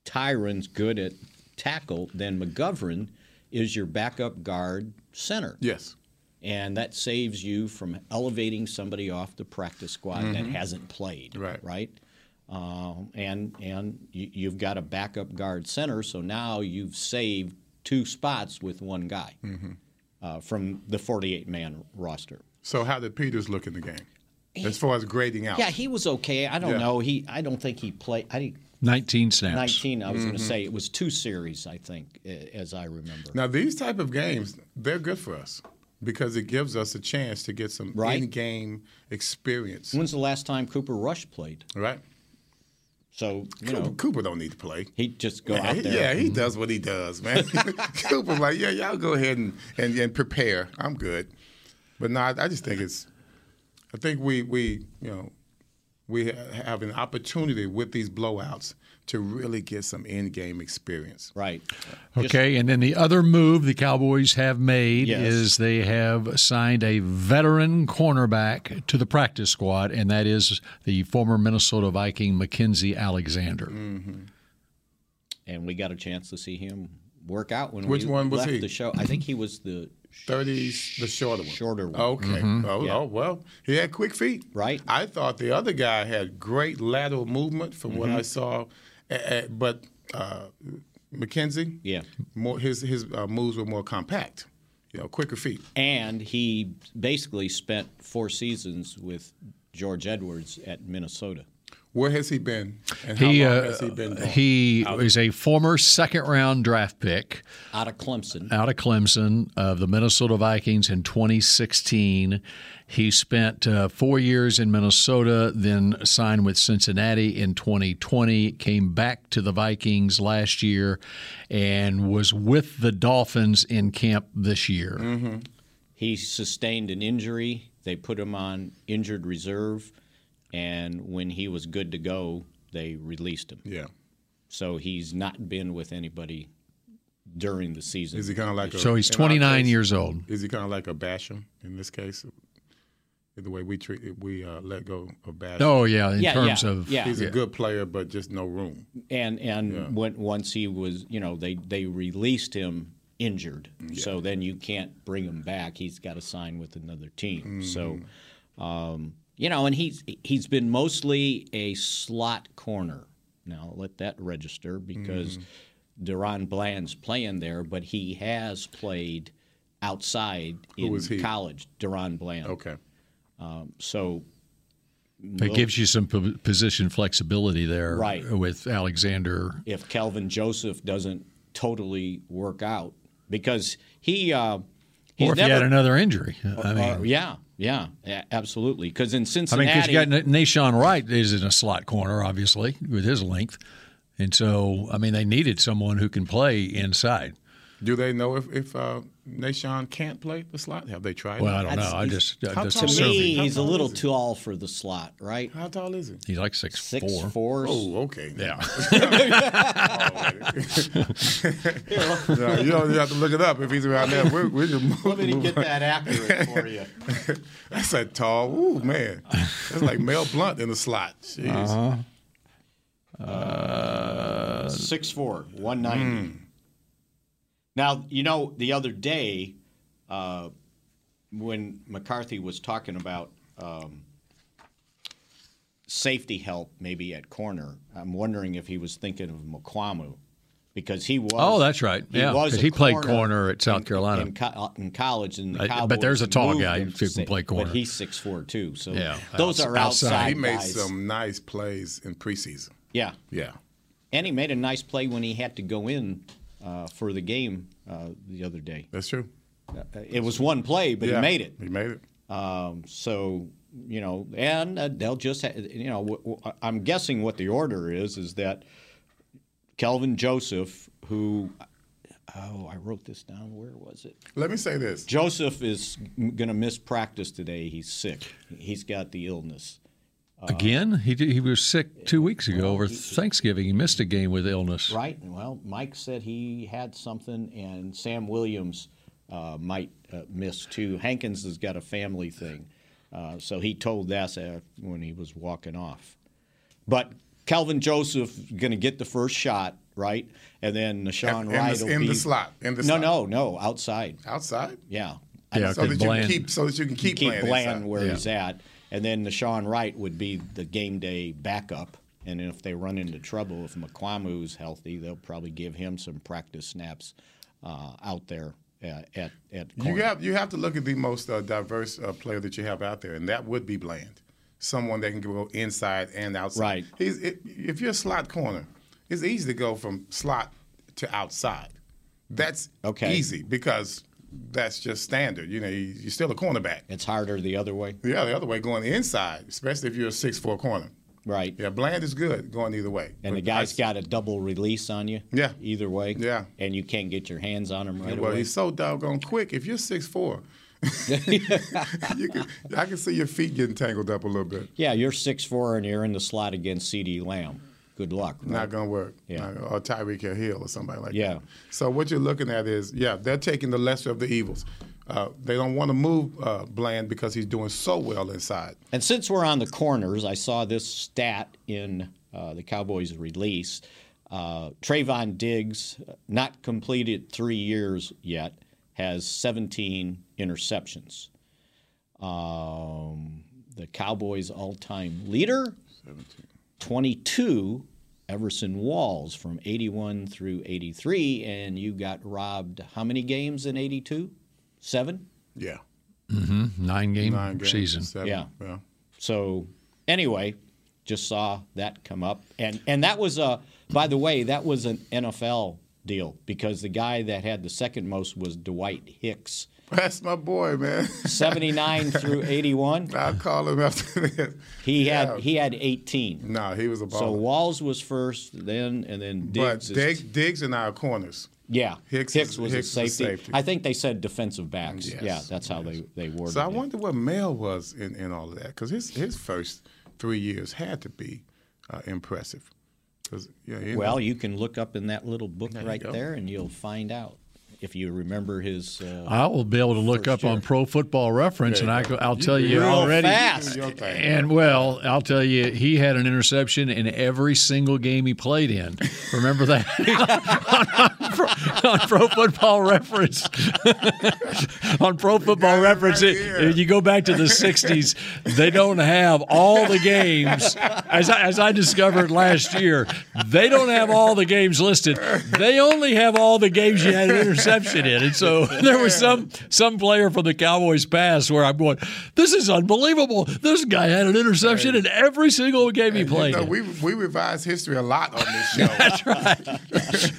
Speaker 3: Tyron's good at tackle, then McGovern is your backup guard center.
Speaker 4: Yes.
Speaker 3: And that saves you from elevating somebody off the practice squad that
Speaker 13: Mhm.
Speaker 3: hasn't played.
Speaker 4: Mm-hmm. Right.
Speaker 3: Right. Um, and and you, you've got a backup guard center, so now you've saved two spots with one guy
Speaker 4: Mm-hmm.
Speaker 3: uh, from the 48 man roster.
Speaker 4: so how did Peters look in the game? As far as grading out.
Speaker 3: Yeah, he was okay. I don't
Speaker 4: Yeah.
Speaker 3: know. He I don't think he played. I think
Speaker 2: Nineteen snaps.
Speaker 3: 19. I was going
Speaker 4: Mhm.
Speaker 3: to say it was two series. I think, a- as I remember.
Speaker 4: Now these type of games, they're good for us because it gives us a chance to get some
Speaker 3: Right.
Speaker 4: in-game experience.
Speaker 3: When's the last time Cooper Rush played?
Speaker 4: Right.
Speaker 3: So you
Speaker 4: Cooper,
Speaker 3: know,
Speaker 4: Cooper don't need to play.
Speaker 3: He just go
Speaker 4: yeah,
Speaker 3: out
Speaker 4: he-
Speaker 3: there. Mm-hmm.
Speaker 4: Yeah, he does what he does, man. Cooper's like, yeah, y'all go ahead and, and, and prepare. I'm good. But no, I, I just think it's, I think we we you know, we ha- have an opportunity with these blowouts to really get some in game experience.
Speaker 3: Right.
Speaker 2: Okay, and then the other move the Cowboys have made
Speaker 4: Yes.
Speaker 2: is they have signed a veteran cornerback to the practice squad, and that is the former Minnesota Viking Mackenzie Alexander.
Speaker 3: and we got a chance to see him work out when
Speaker 4: Which
Speaker 3: we
Speaker 4: one was
Speaker 3: left
Speaker 4: he?
Speaker 3: the show. I think he was the
Speaker 4: Thirty, the shorter one.
Speaker 3: Shorter one.
Speaker 4: Okay.
Speaker 2: Mm-hmm.
Speaker 3: Mhm.
Speaker 4: Oh,
Speaker 3: Yeah.
Speaker 4: oh, well, he had quick feet.
Speaker 3: Right.
Speaker 4: I thought the other guy had great lateral movement from what
Speaker 3: Mhm.
Speaker 4: I saw, a- a- but uh, McKenzie,
Speaker 3: yeah,
Speaker 4: more his his uh, moves were more compact, you know, quicker feet.
Speaker 3: and he basically spent four seasons with George Edwards at Minnesota.
Speaker 4: Where has he been? And
Speaker 2: he
Speaker 4: how long
Speaker 2: uh,
Speaker 4: has he been? gone?
Speaker 2: he is a former second round draft pick
Speaker 3: out of Clemson.
Speaker 2: Out of Clemson of the Minnesota Vikings in 2016. He spent uh, four years in Minnesota, then signed with Cincinnati in 2020. Came back to the Vikings last year, and was with the Dolphins in camp this year.
Speaker 3: He sustained an injury. They put him on injured reserve, and when he was good to go, they released him.
Speaker 4: Yeah.
Speaker 3: So he's not been with anybody during the season.
Speaker 4: Is he kind of like? A,
Speaker 2: So he's
Speaker 4: in our
Speaker 2: 29
Speaker 4: case,
Speaker 2: years old.
Speaker 4: Is he kind of like a Basham in this case? The way we treat we uh, let go of Basham.
Speaker 2: Oh, yeah, in Yeah, terms yeah, of- yeah.
Speaker 4: he's
Speaker 2: yeah.
Speaker 4: a good player, but just no room.
Speaker 3: and and
Speaker 4: Yeah.
Speaker 3: when, once he was you know they they released him injured so then you can't bring him back he's got to sign with another team
Speaker 4: Mm-hmm.
Speaker 3: so um, you know and he's he's been mostly a slot corner now let that register because
Speaker 13: Mhm.
Speaker 4: Mm-hmm.
Speaker 3: Deron Bland's playing there but he has played outside
Speaker 2: Who
Speaker 3: in
Speaker 2: is he?
Speaker 3: college Deron Bland
Speaker 4: okay
Speaker 3: um, so
Speaker 2: It gives you some p- position flexibility there,
Speaker 3: Right.
Speaker 2: With Alexander,
Speaker 3: if Kelvin Joseph doesn't totally work out because he uh, he's
Speaker 2: or if
Speaker 3: never,
Speaker 2: you had another injury. I mean,
Speaker 3: uh, yeah, yeah, a- absolutely. Because
Speaker 2: I
Speaker 3: in
Speaker 2: mean,
Speaker 3: Cincinnati,
Speaker 2: because you got Na- Nashawn Wright is in a slot corner, obviously, with his length. And so, I mean, they needed someone who can play inside.
Speaker 4: Do they know if if uh, Nashawn can't play the slot? Have they tried?
Speaker 2: Well,
Speaker 4: it?
Speaker 2: I don't know. I just- I
Speaker 4: How
Speaker 2: just
Speaker 4: tall is
Speaker 3: to
Speaker 4: he?
Speaker 3: me,
Speaker 4: How
Speaker 3: he's a
Speaker 4: tall
Speaker 3: little
Speaker 4: is he?
Speaker 3: too tall for the slot, right?
Speaker 4: How tall is he?
Speaker 2: He's like six,
Speaker 3: Six
Speaker 2: four.
Speaker 3: four.
Speaker 4: Oh, okay.
Speaker 2: Yeah.
Speaker 4: Yeah, you don't have to look it up if he's around there. We're, we're just moving.
Speaker 3: Let me get that accurate for you.
Speaker 4: That's a tall. Ooh, man. That's like Mel Blunt in the slot. Jeez.
Speaker 2: Uh-huh.
Speaker 3: Six four, one
Speaker 2: Hmm.
Speaker 3: ninety. Now you know the other day uh, when McCarthy was talking about um, safety help, maybe at corner. I'm wondering if he was thinking of McQuamu because he was.
Speaker 2: Oh, that's right.
Speaker 3: He
Speaker 2: yeah,
Speaker 3: was
Speaker 2: because
Speaker 3: a
Speaker 2: he played
Speaker 3: corner
Speaker 2: corner at South Carolina.
Speaker 3: in, co- in college, and the
Speaker 2: Uh,
Speaker 3: Cowboys
Speaker 2: but there's a tall
Speaker 3: moved
Speaker 2: guy
Speaker 3: him
Speaker 2: who
Speaker 3: to
Speaker 2: can
Speaker 3: sa-
Speaker 2: play corner.
Speaker 3: But he's six four too. So
Speaker 2: Yeah,
Speaker 3: those
Speaker 2: outs-
Speaker 3: are outside.
Speaker 4: He made
Speaker 3: guys.
Speaker 4: some nice plays in preseason.
Speaker 3: Yeah.
Speaker 4: Yeah.
Speaker 3: And he made a nice play when he had to go in uh, for the game uh, the other day.
Speaker 4: That's true.
Speaker 3: It was one play, but
Speaker 4: Yeah,
Speaker 3: he made it.
Speaker 4: He made it.
Speaker 3: Um, so you know, and uh, they'll just ha- you know, w- w- I'm guessing what the order is is that Kelvin Joseph, who oh, I wrote this down. Where was it?
Speaker 4: Let me say this.
Speaker 3: Joseph is going to miss practice today. He's sick. He's got the illness. Uh,
Speaker 2: Again, he did, he was sick two weeks ago over Thanksgiving. He missed a game with illness.
Speaker 3: Right. Well, Mike said he had something, and Sam Williams uh, might uh, miss too. Hankins has got a family thing, uh, so he told us uh, when he was walking off. But Calvin Joseph going to get the first shot, right? And then Nashawn
Speaker 4: In the-
Speaker 3: Wright will
Speaker 4: in
Speaker 3: be
Speaker 4: the slot, in the
Speaker 3: no,
Speaker 4: slot.
Speaker 3: no, no, outside.
Speaker 4: Outside?
Speaker 3: Yeah.
Speaker 2: Yeah,
Speaker 4: so
Speaker 2: 'cause
Speaker 4: that you can
Speaker 2: Bland-
Speaker 4: keep so that you can keep, playing
Speaker 3: Bland
Speaker 4: inside.
Speaker 3: where
Speaker 2: Yeah.
Speaker 3: he's at, and then Nashawn Wright would be the game day backup. And if they run into trouble, if McQuamu's healthy, they'll probably give him some practice snaps uh, out there at at, at corner.
Speaker 4: You have you have to look at the most uh, diverse uh, player that you have out there, and that would be Bland, someone that can go inside and outside.
Speaker 3: Right.
Speaker 4: He's, i if you're a slot corner, it's easy to go from slot to outside. That's
Speaker 3: Okay.
Speaker 4: easy because that's just standard. You know, you, you're still a cornerback.
Speaker 3: It's harder the other way.
Speaker 4: Yeah, the other way going inside, especially if you're a six four corner.
Speaker 3: Right.
Speaker 4: Yeah, Bland is good going either way.
Speaker 3: And the
Speaker 4: But
Speaker 3: guy's got a double release on you.
Speaker 4: Yeah.
Speaker 3: Either way.
Speaker 4: Yeah.
Speaker 3: And you can't get your hands on him right
Speaker 4: well,
Speaker 3: away.
Speaker 4: he's so doggone quick. If you're six four, you can, I can see your feet getting tangled up a little bit.
Speaker 3: Yeah, you're six four and you're in the slot against C.D. Lamb. Good luck. right?
Speaker 4: Not gonna work.
Speaker 3: Yeah.
Speaker 4: Not- or Tyreek Hill or somebody like
Speaker 3: Yeah.
Speaker 4: that. So what you're looking at is, yeah, they're taking the lesser of the evils. Uh, they don't want to move uh, Bland because he's doing so well inside.
Speaker 3: And since we're on the corners, I saw this stat in uh, the Cowboys release. Uh, Trayvon Diggs, not completed three years yet, has 17 interceptions. Um, the Cowboys' all time leader, 22, Everson Walls from 81 through 83. And you got robbed how many games in 82? Seven?
Speaker 4: Yeah.
Speaker 2: hmm Nine game
Speaker 4: Nine games,
Speaker 2: season.
Speaker 4: seven,
Speaker 3: Yeah.
Speaker 4: yeah.
Speaker 3: So anyway, just saw that come up, and and that was a by the way that was an NFL deal because the guy that had the second most was Dwight Hicks,
Speaker 4: That's my boy, man.
Speaker 3: seventy nine through eighty one.
Speaker 4: I'll call him after this.
Speaker 3: He
Speaker 4: Yeah.
Speaker 3: had he had eighteen.
Speaker 4: No, he was a baller.
Speaker 3: So Walls was first, then and then
Speaker 4: but
Speaker 3: Diggs. is-
Speaker 4: Diggs, Diggs and our corners.
Speaker 3: yeah,
Speaker 4: Hicks
Speaker 3: Hicks,
Speaker 4: is-
Speaker 3: was
Speaker 4: Hicks is
Speaker 3: a safety.
Speaker 4: safety.
Speaker 3: I think they said defensive backs.
Speaker 4: Yes,
Speaker 3: Yeah, that's how they they worded
Speaker 4: So I
Speaker 3: it.
Speaker 4: wonder what Mel was in, in all of that because his his first three years had to be uh, impressive. 'Cause, yeah, you
Speaker 3: Well,
Speaker 4: know.
Speaker 3: you can look up in that little book
Speaker 4: There you
Speaker 3: right
Speaker 4: go.
Speaker 3: there, and you'll find out if you remember his. Uh,
Speaker 2: I will be able to look
Speaker 3: First
Speaker 2: up on
Speaker 3: year.
Speaker 2: Pro Football Reference, and I,
Speaker 3: You-
Speaker 2: I'll tell
Speaker 3: you
Speaker 2: you
Speaker 3: real
Speaker 2: already.
Speaker 3: fast.
Speaker 4: Do your thing.
Speaker 2: And well, I'll tell you, he had an interception in every single game he played in. Remember that on, Pro, on Pro Football Reference. on Pro Football Reference, it- you go back to the '60s. They don't have all the games, as I, as I discovered last year. They don't have all the games listed. They only have all the games you had an interception in. And so there was some some player from the Cowboys past where I'm going, this is unbelievable. This guy had an interception in every single game he
Speaker 4: You
Speaker 2: played.
Speaker 4: know,
Speaker 2: in."
Speaker 4: we we revise history a lot on this show.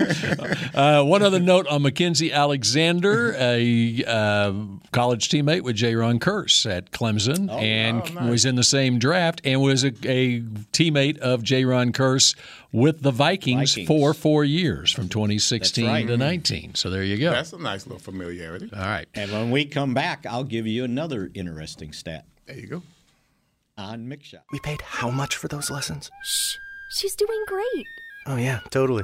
Speaker 2: Uh, one other note on Mackenzie Alexander, a uh, college teammate with J. Ron Curse at Clemson, and was in the same draft and was a, a teammate of J. Ron Curse with the Vikings,
Speaker 4: Vikings.
Speaker 2: for four years from 2016
Speaker 4: That's right.
Speaker 2: to 19. So there you go.
Speaker 4: That's a nice little familiarity.
Speaker 2: All right.
Speaker 3: And when we come back, I'll give you another interesting stat.
Speaker 4: There you go.
Speaker 3: On Mix Shop.
Speaker 7: We paid how much for those lessons?
Speaker 8: Shh, she's doing great.
Speaker 7: Oh, yeah, totally.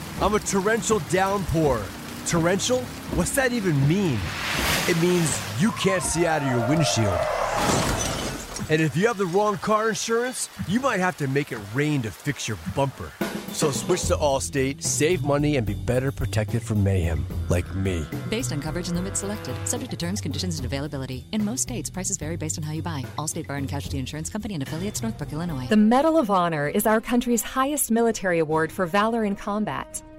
Speaker 10: I'm a torrential downpour. Torrential? What's that even mean? It means you can't see out of your windshield. And if you have the wrong car insurance, you might have to make it rain to fix your bumper. So switch to Allstate, save money, and be better protected from mayhem, like me.
Speaker 11: Based on coverage and limits selected, subject to terms, conditions, and availability. In most states, prices vary based on how you buy. Allstate Bar and Casualty Insurance Company and affiliates, Northbrook, Illinois.
Speaker 6: The Medal of Honor is our country's highest military award for valor in combat.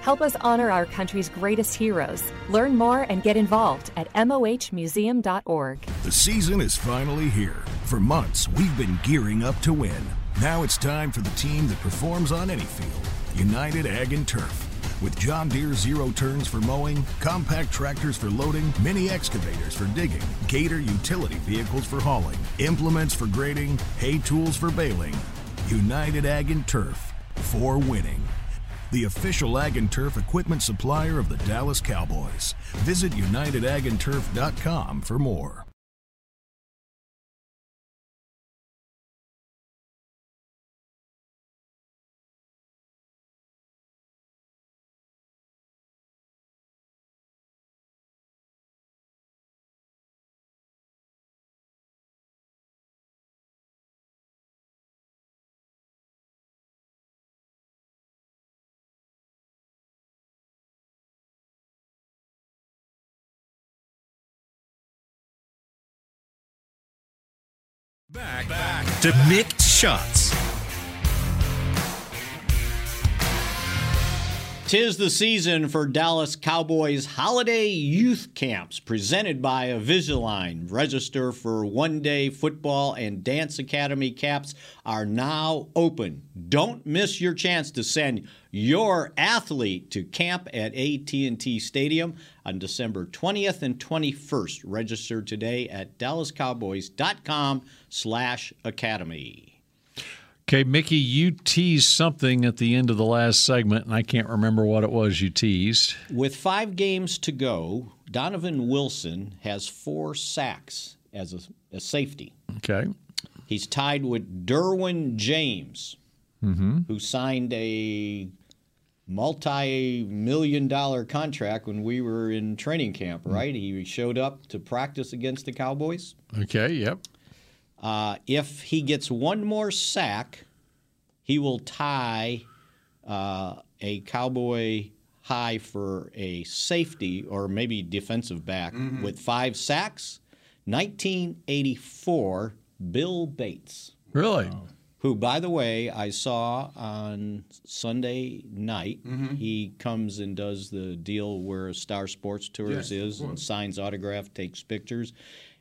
Speaker 6: Help us honor our country's greatest heroes. Learn more and get involved at mohmuseum.org.
Speaker 13: The season is finally here. For months, we've been gearing up to win. Now it's time for the team that performs on any field United Ag and Turf. With John Deere zero turns for mowing, compact tractors for loading, mini excavators for digging, Gator utility vehicles for hauling, implements for grading, hay tools for baling. United Ag and Turf for winning. The official Ag and Turf equipment supplier of the Dallas Cowboys. Visit unitedagandturf.com for more.
Speaker 14: Back, back to mixed shots.
Speaker 3: Tis the season for Dallas Cowboys holiday youth camps presented by Avisalign. Register for one day football and dance academy caps are now open. Don't miss your chance to send your athlete to camp at AT&T Stadium on December 20th and 21st. Register today at dallascowboys.com slash academy.
Speaker 2: Okay, Mickey, you teased something at the end of the last segment, and I can't remember what it was you teased.
Speaker 3: With five games to go, Donovan Wilson has four sacks as a, a safety.
Speaker 2: Okay.
Speaker 3: He's tied with Derwin James,
Speaker 2: Mm-hmm.
Speaker 3: who signed a multi million dollar contract when we were in training camp, right? He showed up to practice against the Cowboys.
Speaker 2: Okay, yep.
Speaker 3: Uh, if he gets one more sack, he will tie uh, a Cowboy high for a safety or maybe defensive back with five sacks. 1984, Bill Bates.
Speaker 2: Really?
Speaker 3: Who, by the way, I saw on Sunday night.
Speaker 4: Mm-hmm.
Speaker 3: He comes and does the deal where Star Sports
Speaker 4: Yes,
Speaker 3: Tours is
Speaker 4: of
Speaker 3: and
Speaker 4: course.
Speaker 3: signs autograph, takes pictures.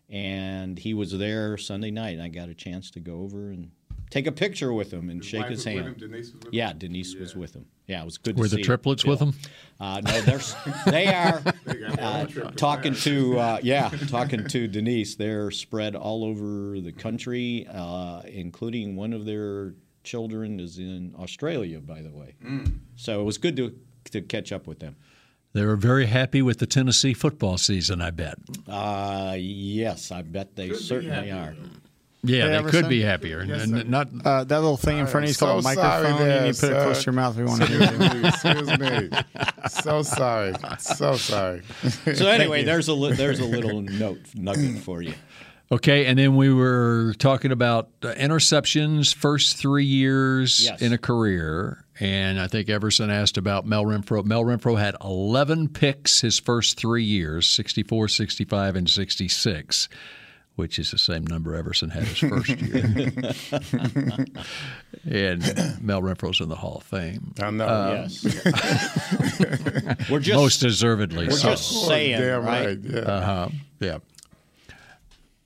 Speaker 3: And he was there Sunday night, and I got a chance to go over and take a picture with him and shake
Speaker 4: wife
Speaker 3: his
Speaker 4: was with
Speaker 3: hand.
Speaker 4: him? Denise was with
Speaker 3: yeah, Denise was with him. Yeah, it was good
Speaker 2: Were
Speaker 3: to see
Speaker 2: the triplets
Speaker 3: Bill.
Speaker 2: with him?
Speaker 3: Uh, no, they're, s- they are
Speaker 4: They got their own
Speaker 3: uh,
Speaker 4: trip to
Speaker 3: talking
Speaker 4: Paris.
Speaker 3: to uh, yeah, talking to Denise. They're spread all over the country, uh, including one of their children is in Australia, by the way. So it was good to to catch up with them.
Speaker 2: They were very happy with the Tennessee football season, I bet.
Speaker 3: Uh, yes, I bet they certainly are.
Speaker 2: Yeah,
Speaker 5: Hey,
Speaker 2: they could
Speaker 5: Everson?
Speaker 2: be happier.
Speaker 5: Yes,
Speaker 2: and and not
Speaker 5: Uh, that little thing in front of you is
Speaker 2: I'm
Speaker 5: called
Speaker 2: so
Speaker 5: a
Speaker 2: sorry
Speaker 5: microphone.
Speaker 2: there,
Speaker 5: you need to put it close
Speaker 2: sir.
Speaker 5: to your mouth if you want to hear it.
Speaker 4: Excuse me. So sorry. So sorry.
Speaker 3: So anyway, there's a li- there's a little note nugget for you.
Speaker 2: Okay, and then we were talking about uh, interceptions first three years
Speaker 3: Yes.
Speaker 2: in a career, and I think Everson asked about Mel Renfro. Mel Renfro had 11 picks his first three years 64, 65, and 66, which is the same number Everson had his first year. and Mel Renfro's in the Hall of Fame.
Speaker 4: I know.
Speaker 3: Uh, yes. We're just-
Speaker 2: most deservedly.
Speaker 3: we're
Speaker 2: so.
Speaker 3: just saying, Damn right? right, yeah.
Speaker 2: Uh-huh. Yeah.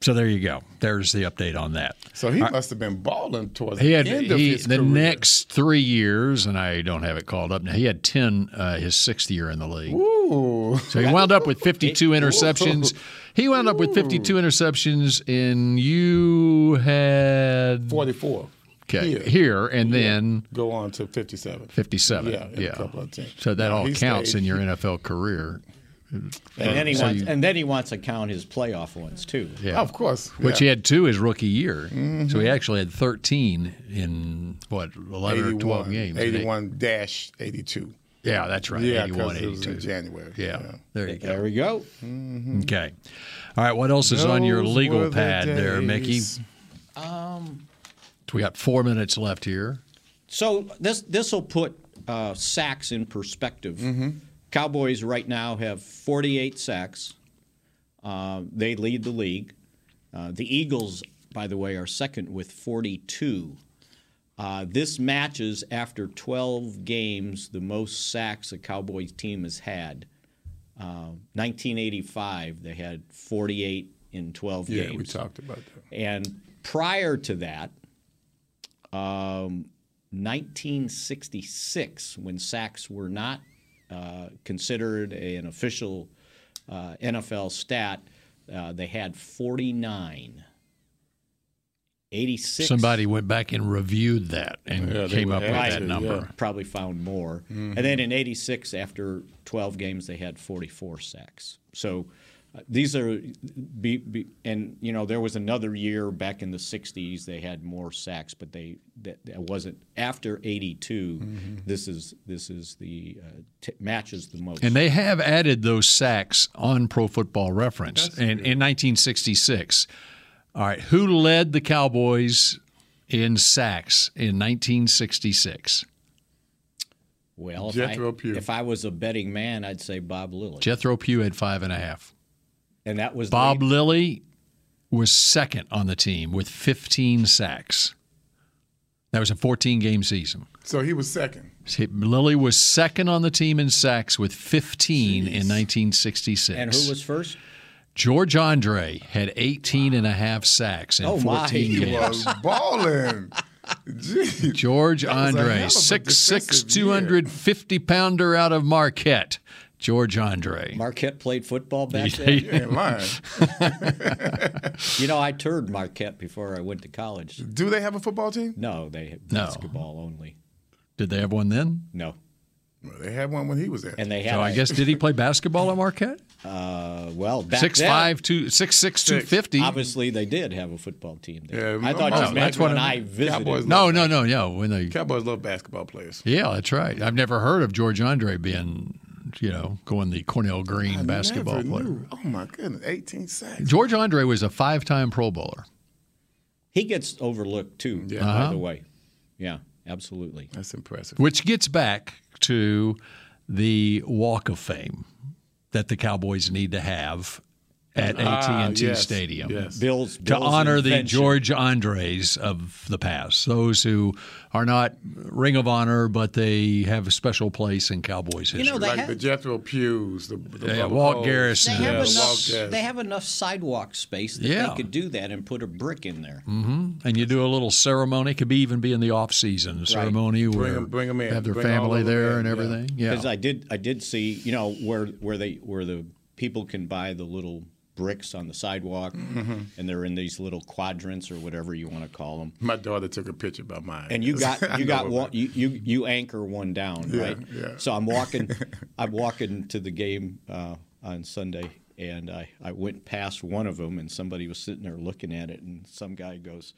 Speaker 2: So there you go. There's the update on that.
Speaker 4: So he
Speaker 2: All right.
Speaker 4: must have been balling towards
Speaker 2: He had
Speaker 4: the end of
Speaker 2: he-
Speaker 4: his
Speaker 2: the
Speaker 4: career.
Speaker 2: next three years, and I don't have it called up now. He had ten uh, his sixth year in the league. So he wound up with fifty-two interceptions. He wound up with fifty-two interceptions, and you had
Speaker 4: 44.
Speaker 2: Okay,
Speaker 4: Here.
Speaker 2: here, and then
Speaker 4: Go on to 57.
Speaker 2: fifty-seven.
Speaker 4: Yeah, and a couple of teams.
Speaker 2: So that all
Speaker 4: He
Speaker 2: counts
Speaker 4: stayed-
Speaker 2: in your NFL career.
Speaker 3: And then, he
Speaker 2: So
Speaker 3: wants,
Speaker 2: you-
Speaker 3: and then he wants to count his playoff ones too.
Speaker 2: Yeah. Which he had two his rookie year.
Speaker 4: Mm-hmm.
Speaker 2: So he actually had 13 in, what, 11 or 12 games. And they-
Speaker 4: 81 dash 82.
Speaker 2: Yeah, that's right.
Speaker 4: Yeah,
Speaker 2: 81,
Speaker 4: 'cause it was in
Speaker 2: 82.
Speaker 4: January.
Speaker 2: Yeah. There you go.
Speaker 3: There we go.
Speaker 2: Okay. All right. What else is on your
Speaker 3: Those
Speaker 4: were
Speaker 2: legal
Speaker 4: the
Speaker 2: pad there, Mickey?
Speaker 4: days.
Speaker 3: Um,
Speaker 2: We got four minutes left here.
Speaker 3: so this this will put uh, sacks in perspective.
Speaker 4: Mm-hmm.
Speaker 3: Cowboys right now have 48 sacks. Uh, they lead the league. Uh, the Eagles, by the way, are second with 42. Uh, this matches after 12 games the most sacks a Cowboys team has had. Uh, 1985, they had 48 in 12
Speaker 4: Yeah,
Speaker 3: games.
Speaker 4: we talked about that.
Speaker 3: And prior to that, um, 1966, when sacks were not uh, considered an official uh, NFL stat, uh, they had 49. 86.
Speaker 2: Somebody went back and reviewed that and
Speaker 4: Yeah, they
Speaker 2: came
Speaker 4: would
Speaker 2: up with
Speaker 4: have
Speaker 2: that
Speaker 4: to,
Speaker 2: number.
Speaker 3: Probably found more.
Speaker 2: Mhm.
Speaker 3: And then in 86, after 12 games, they had 44 sacks. So uh, these are, be, be, and you know, there was another year back in the 60s, they had more sacks, but they, that, that wasn't after 82. This is, this is the, uh, t- matches the most.
Speaker 2: And they have added those sacks on Pro Football Reference and, in 1966. All right, who led the Cowboys in sacks in 1966?
Speaker 3: well,
Speaker 4: Jethro
Speaker 3: if, I, if I was a betting man, I'd say Bob Lilly.
Speaker 2: Jethro Pugh had five and a half.
Speaker 3: and that was
Speaker 2: Bob Lilly was second on the team with 15 sacks. That was a 14 game season.
Speaker 4: So he was second.
Speaker 2: See, Lilly was second on the team in sacks with 15 in 1966.
Speaker 3: And who was first?
Speaker 2: George Andre had 18 and a half sacks in
Speaker 3: Oh, my.
Speaker 2: 14
Speaker 3: He
Speaker 2: games.
Speaker 4: was balling.
Speaker 2: George
Speaker 4: was a hell
Speaker 2: Andre,
Speaker 4: of a
Speaker 2: 6'6", 250 pounder out of Marquette. George Andre.
Speaker 3: Marquette played football back
Speaker 2: Yeah.
Speaker 3: then.
Speaker 2: You ain't lying.
Speaker 3: you know, I toured Marquette before I went to college.
Speaker 4: Do they have a football team?
Speaker 3: No, they had
Speaker 2: No.
Speaker 3: basketball only.
Speaker 2: Did they have one then?
Speaker 3: No.
Speaker 4: Well, they had one when he was there.
Speaker 3: And they had.
Speaker 2: So I
Speaker 3: a-
Speaker 2: guess did he play basketball at Marquette?
Speaker 3: Uh, well, back
Speaker 2: Six
Speaker 3: then,
Speaker 2: five two six six two fifty.
Speaker 3: Obviously, they did have a football team there.
Speaker 4: Yeah,
Speaker 3: I thought
Speaker 4: no,
Speaker 3: you meant
Speaker 4: that's
Speaker 2: Oh, what
Speaker 3: when
Speaker 2: I
Speaker 3: I,
Speaker 2: meant.
Speaker 3: visited.
Speaker 4: Cowboys
Speaker 2: No, no, no, no. When they
Speaker 4: Cowboys love basketball players.
Speaker 2: Yeah, that's right. I've never heard of George Andre being, you know, going the Cornell Green
Speaker 4: I
Speaker 2: basketball
Speaker 4: never
Speaker 2: player.
Speaker 4: knew. Oh my goodness, 18 sacks.
Speaker 2: George Andre was a five-time Pro Bowler.
Speaker 3: He gets overlooked too.
Speaker 4: Yeah.
Speaker 2: Uh-huh.
Speaker 3: By the way, yeah, absolutely.
Speaker 4: That's impressive.
Speaker 2: Which gets back to the Walk of Fame that the Cowboys need to have at
Speaker 3: Ah,
Speaker 2: AT&T
Speaker 3: yes,
Speaker 2: Stadium.
Speaker 3: yes. Bill's-
Speaker 2: to
Speaker 3: Bill's
Speaker 2: honor the
Speaker 3: invention.
Speaker 2: George Andres of the past, those who are not Ring of Honor, but they have a special place in Cowboys history.
Speaker 3: You know, they
Speaker 4: like
Speaker 3: have-
Speaker 4: the Jethro Pews, the, the
Speaker 2: Yeah,
Speaker 4: Bubba
Speaker 2: Walt
Speaker 4: Hoes.
Speaker 2: Garrison.
Speaker 3: They have,
Speaker 4: Yeah, Walt
Speaker 3: enough,
Speaker 4: Garrison.
Speaker 3: they have enough sidewalk space that
Speaker 2: Yeah.
Speaker 3: they could do that and put a brick in there.
Speaker 2: hmm And you do a little ceremony. Could be even be in the off season ceremony
Speaker 3: Bring
Speaker 2: where
Speaker 3: 'em- bring 'em in.
Speaker 2: have their
Speaker 3: Bring all
Speaker 2: family
Speaker 3: of 'em
Speaker 2: there and
Speaker 3: in, yeah.
Speaker 2: everything. Yeah.
Speaker 3: Because I did, I did see, you know, where where they where the people can buy the little bricks on the sidewalk,
Speaker 4: Mhm.
Speaker 3: and they're in these little quadrants or whatever you want to call them.
Speaker 4: My daughter took a picture by mine.
Speaker 3: And you
Speaker 4: I
Speaker 3: got you
Speaker 4: know
Speaker 3: got
Speaker 4: what
Speaker 3: one you, you you anchor one down,
Speaker 4: Yeah,
Speaker 3: right?
Speaker 4: yeah.
Speaker 3: So I'm walking, I'm walking to the game uh, on Sunday, and I I went past one of them, and somebody was sitting there looking at it, and some guy goes.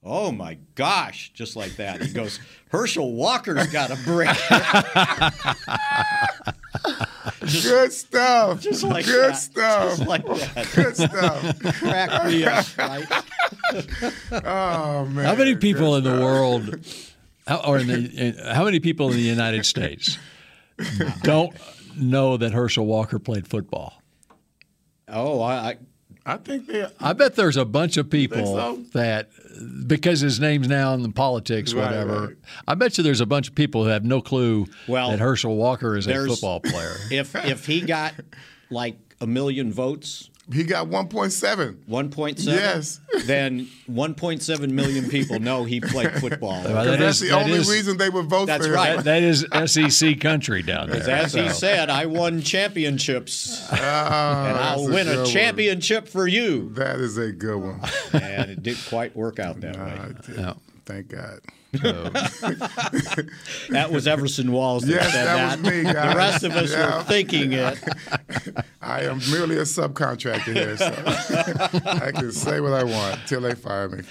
Speaker 3: Oh my gosh, just like that. He goes, Herschel Walker's got a brick.
Speaker 4: Good stuff.
Speaker 5: Just like
Speaker 4: Good
Speaker 5: that.
Speaker 4: stuff.
Speaker 5: Just like that.
Speaker 4: Good stuff.
Speaker 5: Crack me up, right?
Speaker 4: oh man.
Speaker 2: How many people in the world, how, or in the, in, how many people in the United States don't know that Herschel Walker played football?
Speaker 3: Oh, I, I,
Speaker 4: I think they.
Speaker 2: I bet there's a bunch of people
Speaker 4: so?
Speaker 2: that, because his name's now in the politics,
Speaker 3: Right,
Speaker 2: whatever.
Speaker 3: right.
Speaker 2: I bet you there's a bunch of people who have no clue
Speaker 3: Well,
Speaker 2: that Herschel Walker is a
Speaker 3: there's-
Speaker 2: football player.
Speaker 3: If if he got like a million votes,
Speaker 4: he got 1.7.
Speaker 3: 1.7.
Speaker 4: Yes.
Speaker 3: Then 1.7 million people know he played football.
Speaker 2: Well, that is-
Speaker 4: That's the
Speaker 2: that
Speaker 4: only
Speaker 2: is-
Speaker 4: reason they would vote
Speaker 3: That's
Speaker 4: for him.
Speaker 3: right.
Speaker 2: That is SEC country down there.
Speaker 3: As he
Speaker 2: so.
Speaker 3: said, I won championships, and
Speaker 4: Ah,
Speaker 3: I'll
Speaker 4: that's
Speaker 3: win
Speaker 4: good
Speaker 3: a
Speaker 4: one.
Speaker 3: championship for you.
Speaker 4: That is a good one.
Speaker 3: and it didn't quite work out that way.
Speaker 4: I did. Thank God.
Speaker 3: That was Everson Walls that
Speaker 4: Yes,
Speaker 3: said
Speaker 4: that
Speaker 3: that.
Speaker 4: was me, guys.
Speaker 3: The rest of us
Speaker 4: Yeah.
Speaker 3: were thinking it.
Speaker 4: I am merely a subcontractor here, so I can say what I want till they fire me.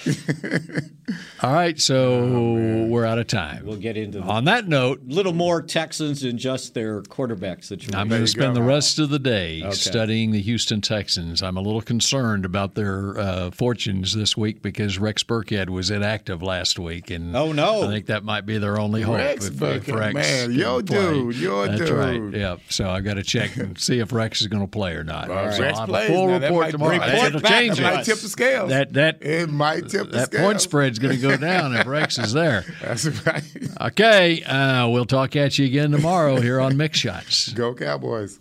Speaker 2: All right, so we're out of time.
Speaker 3: Oh, We'll get into
Speaker 2: On that note,
Speaker 3: a little more Texans than just their quarterback situation.
Speaker 2: I'm going to spend the rest of the day
Speaker 3: Okay.
Speaker 2: studying the Houston Texans. I'm a little concerned about their uh, fortunes this week because Rex Burkhead was inactive last week, and
Speaker 3: Oh, no.
Speaker 2: I think that might be their only hope.
Speaker 4: Rex
Speaker 2: if- if
Speaker 4: Burkhead,
Speaker 2: Rex
Speaker 4: man,
Speaker 2: can
Speaker 4: yo
Speaker 2: play.
Speaker 4: dude, yo
Speaker 2: That's
Speaker 4: dude.
Speaker 2: right. Yeah. So I got to check and see if Rex is going to play or not.
Speaker 4: All right.
Speaker 2: So
Speaker 4: Rex
Speaker 2: I'll have a
Speaker 4: plays
Speaker 2: full
Speaker 4: now. That
Speaker 2: report
Speaker 4: might-
Speaker 2: tomorrow.
Speaker 4: Report
Speaker 2: That's gonna
Speaker 4: back to
Speaker 2: change it.
Speaker 4: us. Might tip the scales.
Speaker 2: That that
Speaker 4: It might tip the
Speaker 2: that
Speaker 4: scales.
Speaker 2: point spread's going to go down if Rex is there.
Speaker 4: That's right.
Speaker 2: Okay, uh, we'll talk at you again tomorrow here on Mix Shots.
Speaker 4: Go Cowboys.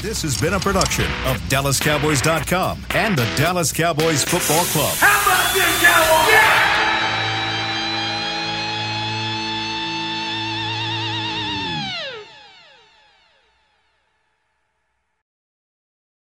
Speaker 1: This has been a production of DallasCowboys.com and the Dallas Cowboys Football Club.
Speaker 15: How about this, Cowboys?